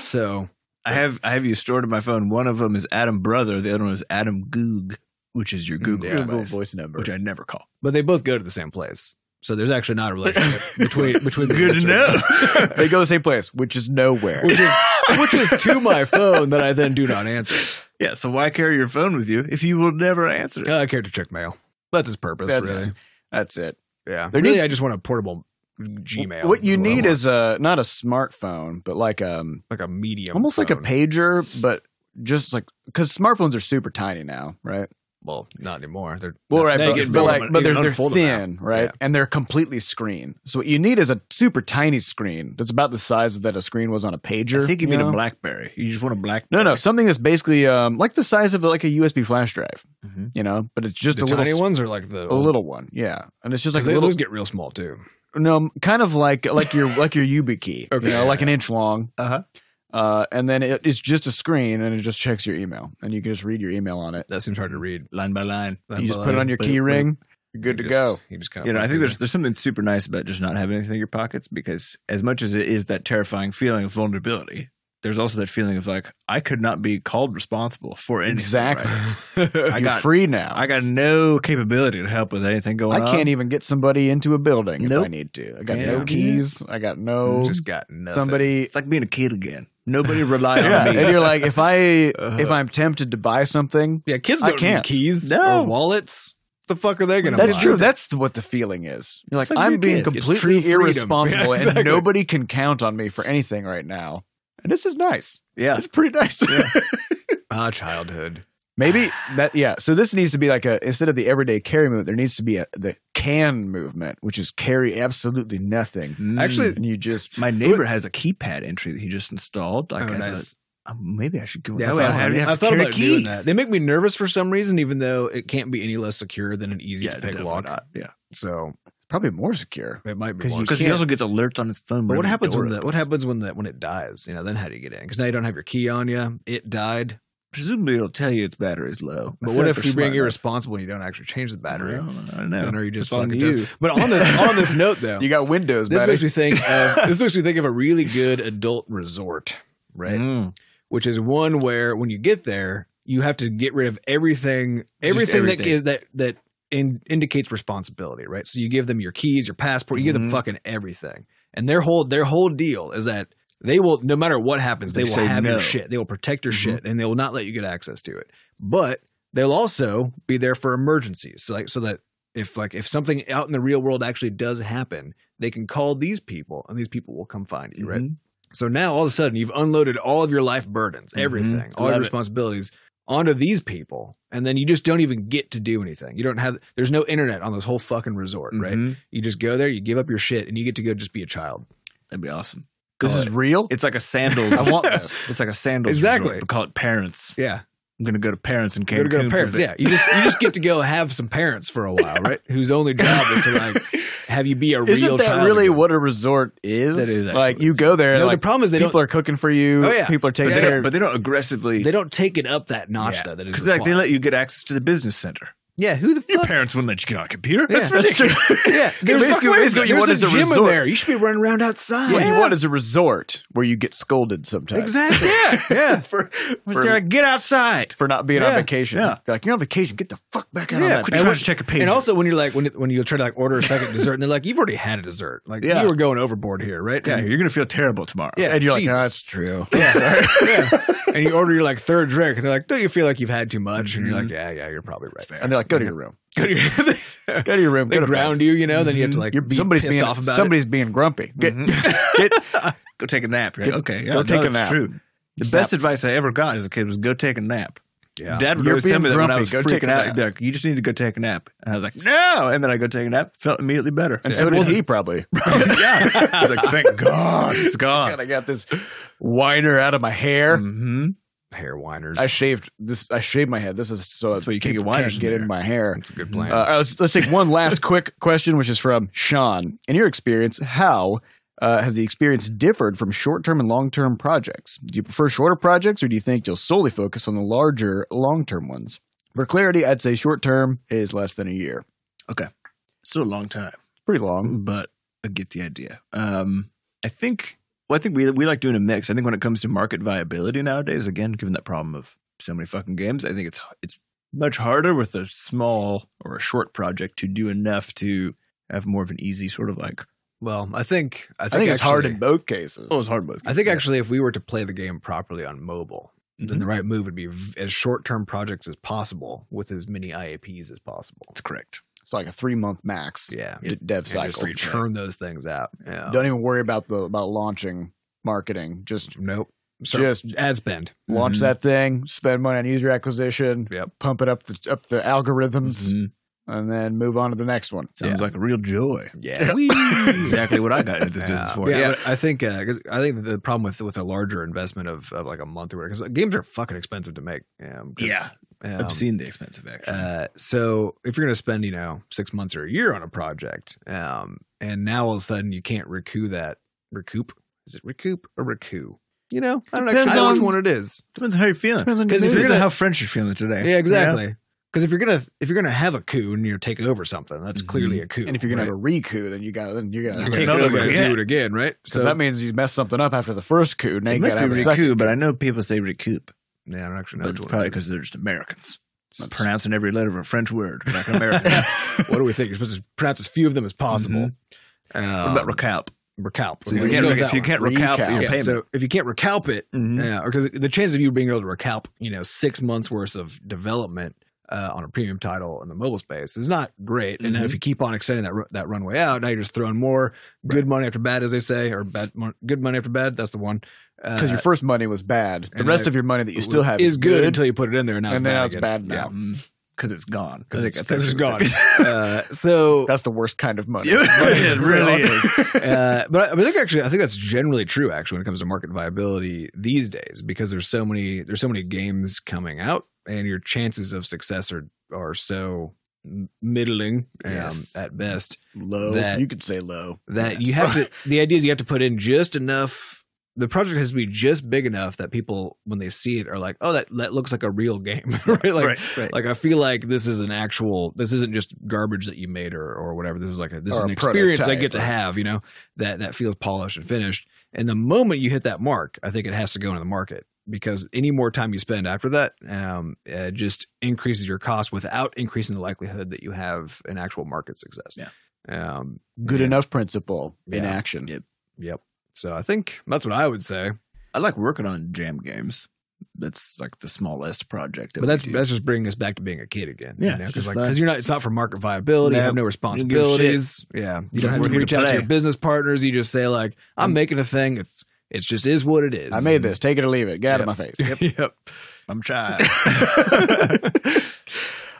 Speaker 1: So
Speaker 3: I have I have you stored in my phone. One of them is Adam Brother. The other one is Adam Goog, which is your
Speaker 1: Mm,
Speaker 3: Google,
Speaker 1: yeah.
Speaker 2: Google
Speaker 3: device,
Speaker 2: voice number.
Speaker 3: which I never call.
Speaker 1: but they both go to the same place. So there's actually not a relationship between between the
Speaker 3: Good to
Speaker 1: answer.
Speaker 3: know.
Speaker 2: they go the same place, which is nowhere.
Speaker 1: Which is which is to my phone that I then do not answer.
Speaker 3: yeah. So why carry your phone with you if you will never answer it?
Speaker 1: Uh, character check mail. That's its purpose,
Speaker 2: That's-
Speaker 1: really.
Speaker 2: That's it.
Speaker 1: Yeah.
Speaker 2: there
Speaker 1: really,
Speaker 2: needs-
Speaker 1: I just want a portable Gmail.
Speaker 2: What you
Speaker 1: is I
Speaker 2: need
Speaker 1: want.
Speaker 2: is a not a smartphone, but like um,
Speaker 1: like a medium,
Speaker 2: almost like a
Speaker 1: phone.
Speaker 2: pager, but just like because smartphones are super tiny now, right?
Speaker 1: well, not anymore. They're
Speaker 2: Well,
Speaker 1: now-
Speaker 2: right,
Speaker 1: now you
Speaker 2: but,
Speaker 1: can
Speaker 2: but
Speaker 1: fold
Speaker 2: like,
Speaker 1: them-
Speaker 2: but
Speaker 1: you
Speaker 2: they're,
Speaker 1: can
Speaker 2: they're
Speaker 1: unfold them out.
Speaker 2: thin, right?
Speaker 1: Yeah.
Speaker 2: And they're completely screen. So what you need is a super tiny screen that's about the size that a screen was on a pager.
Speaker 3: I think you,
Speaker 2: you
Speaker 3: mean
Speaker 2: know?
Speaker 3: a BlackBerry. You just want a
Speaker 2: No,
Speaker 3: BlackBerry.
Speaker 2: no, something that's basically um, like the size of like a USB flash drive,
Speaker 3: Mhm.
Speaker 2: you know, but it's just
Speaker 1: The
Speaker 2: a
Speaker 1: tiny
Speaker 2: little,
Speaker 1: ones are like the
Speaker 2: a little one, yeah, and it's just like a
Speaker 1: they,
Speaker 2: little,
Speaker 1: those get real small too.
Speaker 2: no, kind of like like your like your YubiKey,
Speaker 1: Okay.
Speaker 2: you know, like an inch long,
Speaker 3: Uh-huh.
Speaker 2: uh, and then it, it's just a screen and it just checks your email, and you can just read your email on it.
Speaker 1: That seems hard to read.
Speaker 3: line by line.
Speaker 2: You just put it on your key ring, you're good to go.
Speaker 1: You just kind
Speaker 3: You know, I think there's there's something super nice about just not having anything in your pockets because as much as it is that terrifying feeling of vulnerability, there's also that feeling of like I could not be called responsible for anything.
Speaker 2: Exactly.
Speaker 3: right?
Speaker 2: You're
Speaker 3: I got
Speaker 2: free now.
Speaker 3: I got no capability to help with anything going
Speaker 2: I
Speaker 3: on.
Speaker 2: can't even get somebody into a building if
Speaker 3: Nope.
Speaker 2: I need to. I got
Speaker 3: Yeah.
Speaker 2: no keys. I got no
Speaker 1: just got nothing.
Speaker 2: somebody.
Speaker 3: It's like being a kid again. Nobody relied
Speaker 2: Yeah,
Speaker 3: on me.
Speaker 2: and you're like, if I
Speaker 3: Uh-huh.
Speaker 2: if I'm tempted to buy something,
Speaker 1: Yeah, kids
Speaker 2: I
Speaker 1: don't need
Speaker 2: can't.
Speaker 1: keys
Speaker 3: No.
Speaker 1: or wallets. The fuck are they gonna?
Speaker 2: that's
Speaker 1: buy?
Speaker 2: true. That's what the feeling is. You're like,
Speaker 3: It's like
Speaker 2: I'm
Speaker 3: your
Speaker 2: being
Speaker 1: It's
Speaker 3: kid.
Speaker 2: completely
Speaker 1: true freedom.
Speaker 2: irresponsible,
Speaker 1: Yeah, exactly.
Speaker 2: and nobody can count on me for anything right now. And this is nice.
Speaker 3: yeah.
Speaker 2: It's pretty nice.
Speaker 1: Ah, childhood.
Speaker 2: Maybe that yeah. So this needs to be like a instead of the everyday carry movement, there needs to be a the can movement, which is carry absolutely nothing,
Speaker 3: Mm.
Speaker 1: Actually,
Speaker 2: and you just
Speaker 3: my neighbor has a keypad entry that he just installed. Like
Speaker 1: Oh,
Speaker 3: as a-
Speaker 1: nice.
Speaker 3: Um, maybe I should go.
Speaker 1: Yeah, I
Speaker 3: that way I
Speaker 1: thought,
Speaker 3: have,
Speaker 1: about,
Speaker 3: have
Speaker 1: I
Speaker 3: to
Speaker 1: thought
Speaker 3: carry
Speaker 1: about doing
Speaker 3: keys.
Speaker 1: that. They make me nervous for some reason, even though it can't be any less secure than an easy
Speaker 3: yeah,
Speaker 1: to pick
Speaker 3: definitely
Speaker 1: lock.
Speaker 3: not. Yeah,
Speaker 1: So
Speaker 2: Probably more secure.
Speaker 1: it might be
Speaker 2: 'Cause
Speaker 1: more.
Speaker 2: you
Speaker 3: because he
Speaker 2: can't-
Speaker 3: also gets alerts on his phone.
Speaker 1: But what
Speaker 3: whenever the
Speaker 1: happens
Speaker 3: door
Speaker 1: when the, what
Speaker 3: opens.
Speaker 1: happens when the when it dies? You know, then how do you get in? Because now you don't have your key on you. It died.
Speaker 3: Presumably, it'll tell you its battery's low. I
Speaker 1: But what
Speaker 3: feel
Speaker 1: if
Speaker 3: like they're
Speaker 1: you're being
Speaker 3: smart enough.
Speaker 1: irresponsible and you don't actually change the battery?
Speaker 3: Well, I don't know.
Speaker 1: Then are you just
Speaker 3: It's on
Speaker 1: fucking
Speaker 3: you.
Speaker 1: But on this on this note though,
Speaker 2: You got windows,
Speaker 1: this
Speaker 2: buddy.
Speaker 1: makes me think of this makes me think of a really good adult resort, right?
Speaker 3: Mm.
Speaker 1: Which is one where when you get there, you have to get rid of everything, everything, that
Speaker 3: everything.
Speaker 1: is that that in, indicates responsibility, right? So you give them your keys, your passport, you give them
Speaker 3: Mhm.
Speaker 1: fucking everything, and their whole their whole deal is that they will, no matter what happens, they,
Speaker 3: They
Speaker 1: will
Speaker 3: say
Speaker 1: have
Speaker 3: no.
Speaker 1: your shit, they will protect your
Speaker 3: Mhm.
Speaker 1: shit, and they will not let you get access to it. But they'll also be there for emergencies, so like so that if like if something out in the real world actually does happen, they can call these people, and these people will come find you, right?
Speaker 3: Mhm.
Speaker 1: So now all of a sudden you've unloaded all of your life burdens,
Speaker 2: Mm-hmm.
Speaker 3: Mhm.
Speaker 1: everything, all
Speaker 3: Love
Speaker 1: your
Speaker 3: it.
Speaker 1: responsibilities onto these people, and then you just don't even get to do anything. You don't have there's no internet on this whole fucking resort,
Speaker 2: Mm-hmm.
Speaker 1: right?
Speaker 3: Mhm.
Speaker 1: You just go there, you give up your shit, and you get to go just be a child.
Speaker 3: That'd be awesome.
Speaker 2: This is real.
Speaker 3: It's like a sandals.
Speaker 2: I want this.
Speaker 3: It's like a sandals.
Speaker 1: Exactly.
Speaker 3: resort, but call it parents.
Speaker 1: Yeah,
Speaker 3: I'm gonna go to parents in Cancun.
Speaker 1: go to, go to
Speaker 3: for
Speaker 1: parents.
Speaker 3: the-
Speaker 1: Yeah, you just you just get to go have some parents for a while, right? Whose only job is to like have you be a real
Speaker 2: Isn't that
Speaker 1: child.
Speaker 2: really
Speaker 1: again.
Speaker 2: what a resort is?
Speaker 3: That is
Speaker 2: like
Speaker 3: actually-
Speaker 2: you go there,
Speaker 1: No,
Speaker 2: and like
Speaker 1: the problem is they
Speaker 2: people
Speaker 1: don't
Speaker 2: are cooking for you.
Speaker 1: Oh, yeah.
Speaker 2: People are
Speaker 3: But,
Speaker 2: taking
Speaker 3: they
Speaker 2: care.
Speaker 3: don't, but they don't aggressively
Speaker 1: they don't take it up that notch though. That is
Speaker 3: because like they
Speaker 1: required.
Speaker 3: let you get access to the business center.
Speaker 1: yeah, who the
Speaker 3: Your
Speaker 1: fuck?
Speaker 3: parents wouldn't let you get on a computer.
Speaker 1: Yeah,
Speaker 3: that's ridiculous.
Speaker 1: yeah, there's,
Speaker 2: basically- basically what you
Speaker 1: there's
Speaker 2: want
Speaker 1: a
Speaker 2: is a
Speaker 1: gym in
Speaker 2: resort.
Speaker 1: there. You should be running around outside.
Speaker 2: What you want is a resort where you get scolded sometimes.
Speaker 1: Exactly. Yeah. Yeah.
Speaker 3: for, for,
Speaker 2: they're
Speaker 3: like, get outside.
Speaker 2: For not being on
Speaker 1: Yeah.
Speaker 2: vacation.
Speaker 3: Yeah.
Speaker 2: Like you're on vacation. Get the fuck back out
Speaker 1: Yeah.
Speaker 2: on
Speaker 1: Quit
Speaker 2: that.
Speaker 1: And when-
Speaker 3: check a page.
Speaker 1: And also when you're like when when you try to like order a second dessert and they're like you've already had a dessert like
Speaker 3: Yeah.
Speaker 1: you were going overboard here right
Speaker 3: yeah,
Speaker 1: and,
Speaker 3: you're gonna feel terrible tomorrow.
Speaker 1: Yeah.
Speaker 2: And you're
Speaker 1: Jesus.
Speaker 2: like, that's true.
Speaker 1: yeah, yeah. and you order your like third drink and they're like don't you feel like you've had too much and you're
Speaker 3: Mhm.
Speaker 1: like yeah yeah you're probably right
Speaker 2: And they're like, go to your room.
Speaker 1: Go to your-
Speaker 2: Go to your room.
Speaker 1: they
Speaker 2: Go to
Speaker 1: ground you you know then you have to
Speaker 3: Mhm.
Speaker 1: like
Speaker 2: Bed. You're,
Speaker 1: be
Speaker 2: somebody's
Speaker 1: pissed
Speaker 2: being
Speaker 1: off about
Speaker 2: somebody's being grumpy.
Speaker 1: Mm-hmm.
Speaker 2: Get,
Speaker 3: Get- Mm-hmm. go take a nap. You're like,
Speaker 2: Get-
Speaker 3: okay, yeah,
Speaker 2: go take a
Speaker 3: it's
Speaker 2: nap.
Speaker 3: True. The
Speaker 2: Snap.
Speaker 3: best advice I ever got as a kid was go take a nap.
Speaker 1: it yeah
Speaker 3: Dad would
Speaker 2: You're
Speaker 3: always tell
Speaker 2: being
Speaker 3: me that when I
Speaker 2: grumpy.
Speaker 3: was
Speaker 2: Go take
Speaker 3: freaking
Speaker 2: a
Speaker 3: out,
Speaker 2: nap.
Speaker 3: he'd be like, "You just need to go take a nap." And I was like, "No!" And then I go take a nap. Felt immediately better.
Speaker 2: and so did he probably.
Speaker 3: yeah. I was like, "Thank God, it's
Speaker 2: God,
Speaker 3: gone."
Speaker 2: I got this whiner out of my hair.
Speaker 3: Mm-hmm.
Speaker 1: hair whiners
Speaker 2: I shaved this. I shaved my head. This is so
Speaker 3: That's why you can't
Speaker 2: people
Speaker 3: get
Speaker 2: can't
Speaker 3: whiners in
Speaker 2: get
Speaker 3: there.
Speaker 2: in my hair.
Speaker 1: that's a good plan
Speaker 2: Uh, all right, let's, let's take one last quick question, which is from Sean. In your experience, how uh, has the experience differed from short term and long term projects? Do you prefer shorter projects or do you think you'll solely focus on the larger, long term ones? For clarity, I'd say short term is less than a year.
Speaker 3: Still a long time.
Speaker 2: Pretty
Speaker 1: Mm,
Speaker 2: long.
Speaker 3: but I get the idea. Um, I think. Well, I think we we like doing a mix. I think when it comes to market viability nowadays, again, given that problem of so many fucking games, I think it's it's much harder with a small or a short project to do enough to have more of an easy sort of like.
Speaker 1: well I think I think,
Speaker 2: I think it's hard
Speaker 1: actually-
Speaker 2: in both cases.
Speaker 3: Oh, it's hard both.
Speaker 1: I think
Speaker 3: Yeah.
Speaker 1: actually if we were to play the game properly on mobile then
Speaker 3: Mhm.
Speaker 1: the right move would be v- as short term projects as possible with as many IAPs as possible
Speaker 3: that's correct.
Speaker 2: It's like a three month max
Speaker 1: yeah
Speaker 2: d- dev
Speaker 1: and just
Speaker 2: cycle.
Speaker 1: like, churn those things out. Yeah.
Speaker 2: Don't even worry about the about launching marketing. Just
Speaker 1: nope. So
Speaker 2: just
Speaker 1: ad spend.
Speaker 2: launch
Speaker 3: Mhm.
Speaker 2: that thing, spend money on user acquisition,
Speaker 1: Mm-hmm. Yep. Mm-hmm.
Speaker 2: pump it up the up the algorithms,
Speaker 3: Mhm.
Speaker 2: and then move on to the next one.
Speaker 3: Sounds like a real joy.
Speaker 1: Yeah.
Speaker 3: exactly what I got into this business for.
Speaker 1: Yeah, but I think uh, 'cause I think that the problem with with a larger investment of, of like a month or whatever because games are fucking expensive to make. Um, 'cause,
Speaker 3: Yeah.
Speaker 1: um,
Speaker 3: obscenely expensive actually.
Speaker 1: Uh, so if you're going to spend you know six months or a year on a project, um, and now all of a sudden you can't recoup that recoup. Is it recoup or recoup? You know, I don't
Speaker 3: Depends
Speaker 1: actually know which
Speaker 3: on-
Speaker 1: one it is.
Speaker 3: Depends on how you're feeling.
Speaker 2: Depends on
Speaker 1: Because
Speaker 3: Because
Speaker 1: if
Speaker 3: if
Speaker 1: you're
Speaker 3: you're
Speaker 1: gonna-
Speaker 3: how French you're feeling today.
Speaker 1: Yeah, exactly. Because if you're gonna if you're gonna have a coup and you know, take over something, that's
Speaker 3: Mhm.
Speaker 1: clearly a coup.
Speaker 2: And if you're gonna
Speaker 1: right?
Speaker 2: have a recoup, then you got to then you got
Speaker 1: You're
Speaker 2: to
Speaker 1: gonna
Speaker 3: take
Speaker 1: another
Speaker 3: over,
Speaker 1: coup,
Speaker 3: yeah.
Speaker 1: do it again, right?
Speaker 2: because that means you messed something up after the first coup. Now
Speaker 3: It
Speaker 2: you
Speaker 3: must
Speaker 2: gotta
Speaker 3: be
Speaker 2: have a second.
Speaker 3: recoup, but I know people say recoup,
Speaker 1: yeah, I don't actually know
Speaker 3: but
Speaker 1: which
Speaker 3: it's
Speaker 1: one. it
Speaker 3: probably
Speaker 1: is.
Speaker 3: because they're just Americans.
Speaker 2: That's-
Speaker 3: pronouncing every letter of a French word like an American.
Speaker 1: what do we think? You're supposed to pronounce as few of them as possible.
Speaker 3: what
Speaker 1: Um,
Speaker 3: about recalp?
Speaker 1: recalp?
Speaker 3: So if
Speaker 1: Okay,
Speaker 3: you
Speaker 1: let's
Speaker 3: can't,
Speaker 1: go
Speaker 3: if
Speaker 1: with that
Speaker 3: you
Speaker 1: one.
Speaker 3: can't recalp,
Speaker 2: Recalp.
Speaker 3: your
Speaker 1: yeah,
Speaker 3: payment.
Speaker 1: so if you can't recalp it,
Speaker 3: Mhm.
Speaker 1: yeah, because the chances of you being able to recalp, you know, six months worth of development uh, on a premium title in the mobile space is not great. And then if
Speaker 3: Mhm.
Speaker 1: you keep on extending that ru- that runway out, now you're just throwing more good money after bad, as they say, or bad mon- good money after bad. That's the one. Uh,
Speaker 2: Because your first money was bad. The
Speaker 1: and
Speaker 2: rest
Speaker 1: that-
Speaker 2: of your money that you still have
Speaker 1: is good, until you put it in there, and now
Speaker 2: and
Speaker 1: it's bad
Speaker 2: now it's
Speaker 1: again.
Speaker 2: bad
Speaker 1: Yeah.
Speaker 2: now.
Speaker 3: Mm. because it's gone.
Speaker 1: Because
Speaker 3: I
Speaker 1: it's,
Speaker 3: think
Speaker 1: 'cause
Speaker 3: that's
Speaker 1: it's gone.
Speaker 3: actually what
Speaker 1: Uh, so
Speaker 2: That's the worst kind of money.
Speaker 3: that- it really is.
Speaker 1: uh, but I, but I think actually I think that's generally true actually when it comes to market viability these days because there's so many there's so many games coming out and your chances of success are are so m- middling um,
Speaker 3: Yes.
Speaker 1: at best
Speaker 2: Low.
Speaker 1: That-
Speaker 2: you could say low.
Speaker 1: that you have to the idea is you have to put in just enough the project has to be just big enough that people when they see it are like oh that, that looks like a real game right like
Speaker 3: right, right.
Speaker 1: like I feel like this is an actual. This isn't just garbage that you made or or whatever. This is like a this
Speaker 2: Or
Speaker 1: is
Speaker 2: a
Speaker 1: an experience I
Speaker 2: prototype,
Speaker 1: get to
Speaker 2: or-
Speaker 1: have. You know that that feels polished and finished. And the moment you hit that mark, I think it has to go into the market because any more time you spend after that um, uh, just increases your cost without increasing the likelihood that you have an actual market success.
Speaker 3: Yeah.
Speaker 1: Um,
Speaker 2: Good
Speaker 1: yeah.
Speaker 2: enough principle in
Speaker 1: Yeah.
Speaker 2: action.
Speaker 3: Yeah.
Speaker 1: Yep. So I think that's what I would say.
Speaker 3: I like working on jam games. That's like the smallest project. That
Speaker 1: But that's
Speaker 3: we do.
Speaker 1: that's just bringing us back to being a kid again.
Speaker 3: Yeah,
Speaker 1: you know,
Speaker 3: it's
Speaker 1: because
Speaker 3: just fun.
Speaker 1: you're not. It's not for market viability. You
Speaker 3: No,
Speaker 1: have no
Speaker 3: don't give a
Speaker 1: responsibilities. Yeah, you don't
Speaker 3: We're
Speaker 1: have to
Speaker 3: here to
Speaker 1: reach out to
Speaker 3: play. Mm.
Speaker 1: your business partners. You just say like, I'm,
Speaker 3: I'm-
Speaker 1: making a thing. It's it's just is what it is.
Speaker 2: I made this. Take it or leave it. Get out of my face.
Speaker 1: Yep. yep.
Speaker 3: I'm trying.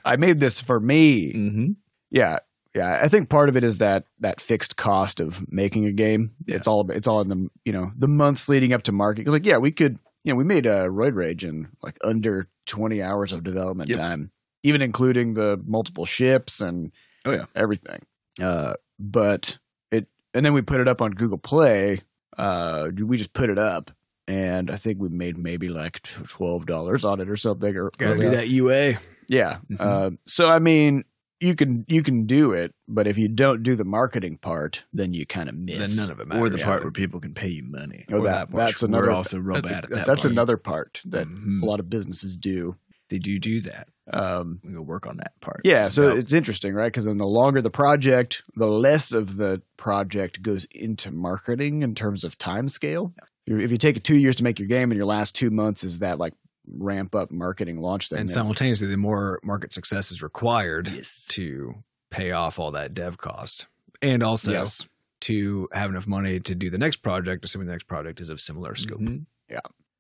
Speaker 2: I made this for me.
Speaker 3: hmm
Speaker 2: Yeah. Yeah. I think part of it is that that fixed cost of making a game. It's all it's all in the you know, the months leading up to market. Because like, yeah, we could you know, we made uh Roid Rage in like under twenty hours of development
Speaker 3: Yep.
Speaker 2: time. Even including the multiple ships and
Speaker 3: Oh, yeah.
Speaker 2: everything. Uh but it and then we put it up on Google Play. Uh we just put it up and I think we made maybe like twelve dollars on it or something or
Speaker 1: Gotta
Speaker 2: early
Speaker 1: do
Speaker 2: on.
Speaker 1: that UA.
Speaker 2: Yeah.
Speaker 1: Mm-hmm.
Speaker 3: Mhm.
Speaker 2: Uh, so I mean, you can you can do it, but if you don't do the marketing part, then you kind of
Speaker 1: Then
Speaker 2: miss.
Speaker 1: none of it matters.
Speaker 3: Or the part
Speaker 1: Yeah.
Speaker 3: where people can pay you money.
Speaker 2: Oh,
Speaker 3: Or
Speaker 2: that-
Speaker 3: part.
Speaker 2: that's another-
Speaker 3: We're also real
Speaker 1: that's a-
Speaker 3: bad at that.
Speaker 2: that's
Speaker 3: part.
Speaker 2: another part
Speaker 1: Mm-hmm.
Speaker 2: that
Speaker 3: Mhm.
Speaker 2: a lot of businesses do.
Speaker 3: They do do that.
Speaker 2: Um,
Speaker 3: We go work on that part.
Speaker 2: yeah, so
Speaker 3: About-
Speaker 2: it's interesting, right? Because then the longer the project, the less of the project goes into marketing in terms of time scale. If you take two years to make your game, and your last two months is that like ramp up marketing launch thing,
Speaker 1: And
Speaker 2: then-
Speaker 1: simultaneously, the more market success is required
Speaker 3: yes.
Speaker 1: to pay off all that dev cost, and also
Speaker 2: Yes.
Speaker 1: to have enough money to do the next project, assuming the next project is of similar scope.
Speaker 3: Mhm.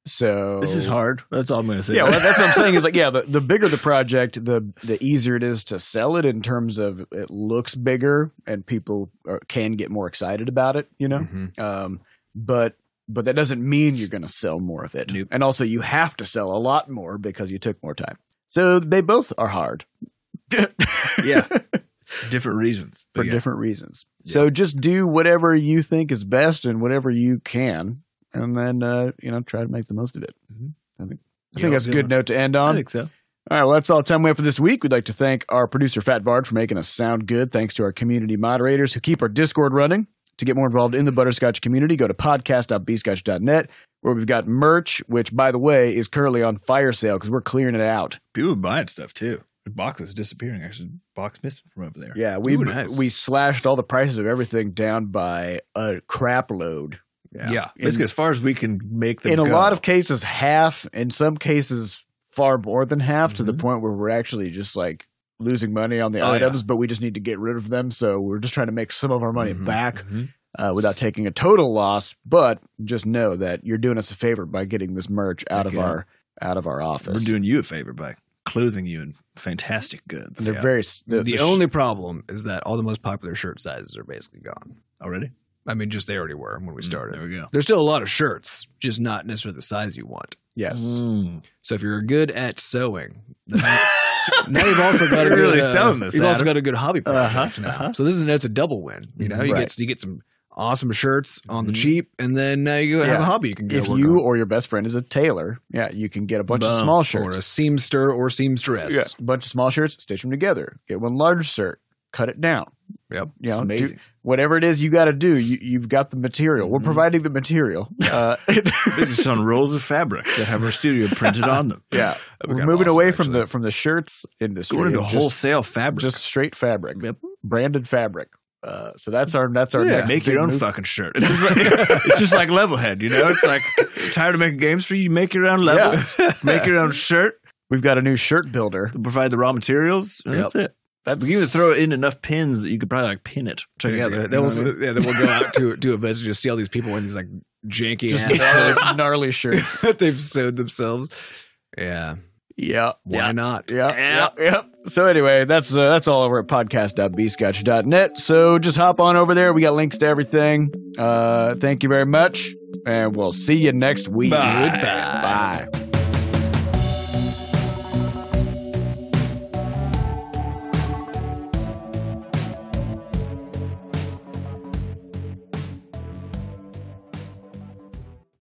Speaker 2: so
Speaker 3: This is hard. That's all I'm going to say.
Speaker 2: Yeah, well, that's what I'm saying. Is like, yeah, the, the bigger the project, the the easier it is to sell it in terms of it looks bigger and people are, can get more excited about it. You know,
Speaker 3: Mm-hmm.
Speaker 1: Mhm.
Speaker 2: um, but but that doesn't mean you're going to sell more of it.
Speaker 3: Nope.
Speaker 2: And also, you have to sell a lot more because you took more time. So they both are hard
Speaker 3: yeah. Different reasons.
Speaker 2: for
Speaker 3: But yeah.
Speaker 2: different reasons.
Speaker 3: Yeah.
Speaker 2: So just do whatever you think is best and whatever you can, and then uh, you know try to make the most of it.
Speaker 3: Mhm.
Speaker 2: I think I
Speaker 3: Yeah,
Speaker 2: think that's a
Speaker 3: good
Speaker 2: good
Speaker 3: one.
Speaker 2: note to end
Speaker 3: I
Speaker 2: on.
Speaker 3: think so.
Speaker 2: All right, well, that's all the time we have for this week. We'd like to thank our producer, Fat Bard, for making us sound good. Thanks to our community moderators who keep our Discord running. To get more involved in the Butterscotch community, go to podcast.bscotch.net, where we've got merch, which, by the way, is currently on fire sale because we're clearing it out.
Speaker 3: People are buying stuff too. The box is disappearing. Actually, box missing from over there.
Speaker 2: Yeah, we
Speaker 1: Ooh, nice.
Speaker 2: we slashed all the prices of everything down by a crap load.
Speaker 3: Yeah.
Speaker 2: In-
Speaker 3: Basically, as far as we can make them
Speaker 2: in a
Speaker 3: go.
Speaker 2: lot of cases, half. In some cases, far more than half. To the
Speaker 3: Mhm.
Speaker 2: point where we're actually just like losing money on the
Speaker 3: Oh,
Speaker 2: items, but we just need to get rid of them. So we're just trying to make some of our money
Speaker 1: Mhm.
Speaker 2: back
Speaker 3: Mhm.
Speaker 2: uh, without taking a total loss. But just know that you're doing us a favor by getting this merch out of
Speaker 3: Okay.
Speaker 2: our out of our
Speaker 3: We're
Speaker 2: office.
Speaker 3: doing you a favor by clothing you in fantastic goods.
Speaker 2: And they're
Speaker 3: Yeah.
Speaker 2: very s-
Speaker 1: The,
Speaker 2: sh-
Speaker 1: only problem is that all the most popular shirt sizes are basically gone.
Speaker 3: Already? Mm,
Speaker 1: I mean, just they already were when we started.
Speaker 3: There we go.
Speaker 1: There's still a lot of shirts, just not necessarily the size you want.
Speaker 2: yes.
Speaker 3: Mm.
Speaker 1: So if you're good at sewing, then- now you've also got a
Speaker 3: You're
Speaker 1: good,
Speaker 3: really
Speaker 1: uh,
Speaker 3: selling this,
Speaker 1: You've also
Speaker 3: Adam.
Speaker 1: got a good hobby project
Speaker 3: Uh-huh,
Speaker 1: now.
Speaker 3: uh-huh.
Speaker 1: So this is that's a double win. You know, you
Speaker 2: Right.
Speaker 1: get you get some awesome shirts on the
Speaker 3: Mhm.
Speaker 1: cheap, and then now you have
Speaker 2: Yeah.
Speaker 1: a hobby Mm-hmm. you can go
Speaker 2: If
Speaker 1: work
Speaker 2: you
Speaker 1: on.
Speaker 2: or your best friend is a tailor, yeah, you can get a bunch of
Speaker 3: Boom.
Speaker 2: small
Speaker 1: or
Speaker 2: shirts.
Speaker 1: a seamster or seamstress.
Speaker 2: Yeah, a bunch of small shirts, stitch them together. Get one large shirt, cut it down.
Speaker 1: Yep.
Speaker 2: You
Speaker 3: It's
Speaker 2: know, do,
Speaker 3: amazing.
Speaker 2: whatever it is you got to do, you, you've got the material. We're
Speaker 3: Mhm.
Speaker 2: providing the material. Uh,
Speaker 3: These are some rolls of fabric that have our studio printed on them.
Speaker 2: yeah,
Speaker 1: That'd be
Speaker 2: we're
Speaker 1: kinda
Speaker 2: moving
Speaker 1: awesome,
Speaker 2: away from
Speaker 1: actually.
Speaker 2: the from the shirts industry.
Speaker 3: Going into
Speaker 2: and just,
Speaker 3: wholesale fabric.
Speaker 2: just straight fabric,
Speaker 3: Yep.
Speaker 2: branded fabric. Uh, so that's our that's our
Speaker 3: Yeah,
Speaker 2: next
Speaker 3: make your
Speaker 2: big
Speaker 3: own
Speaker 2: move.
Speaker 3: fucking shirt. It's just like, it's just like Levelhead, you know? It's like, you're tired of making games for you, you make your own levels, make your own shirt,
Speaker 2: We've got a new shirt builder.
Speaker 3: they'll provide the raw materials, and
Speaker 1: Yep.
Speaker 3: that's it.
Speaker 2: That's
Speaker 3: We can even throw in enough pins that you could probably like pin it together.
Speaker 1: Yeah,
Speaker 3: you know
Speaker 1: that was,
Speaker 3: what I mean?
Speaker 1: yeah, then we'll go out to to events and just see all these people wearing these like janky
Speaker 2: just
Speaker 1: ass
Speaker 2: gnarly, gnarly shirts.
Speaker 1: shirts that they've sewed themselves. Yeah,
Speaker 2: Yeah.
Speaker 1: Why not?
Speaker 2: Yep, yep, yep. So anyway, that's uh, that's all over at podcast.bscotch.net. So just hop on over there. We got links to everything. Uh, thank you very much, and we'll see you next week.
Speaker 3: Bye.
Speaker 2: Goodbye. Bye.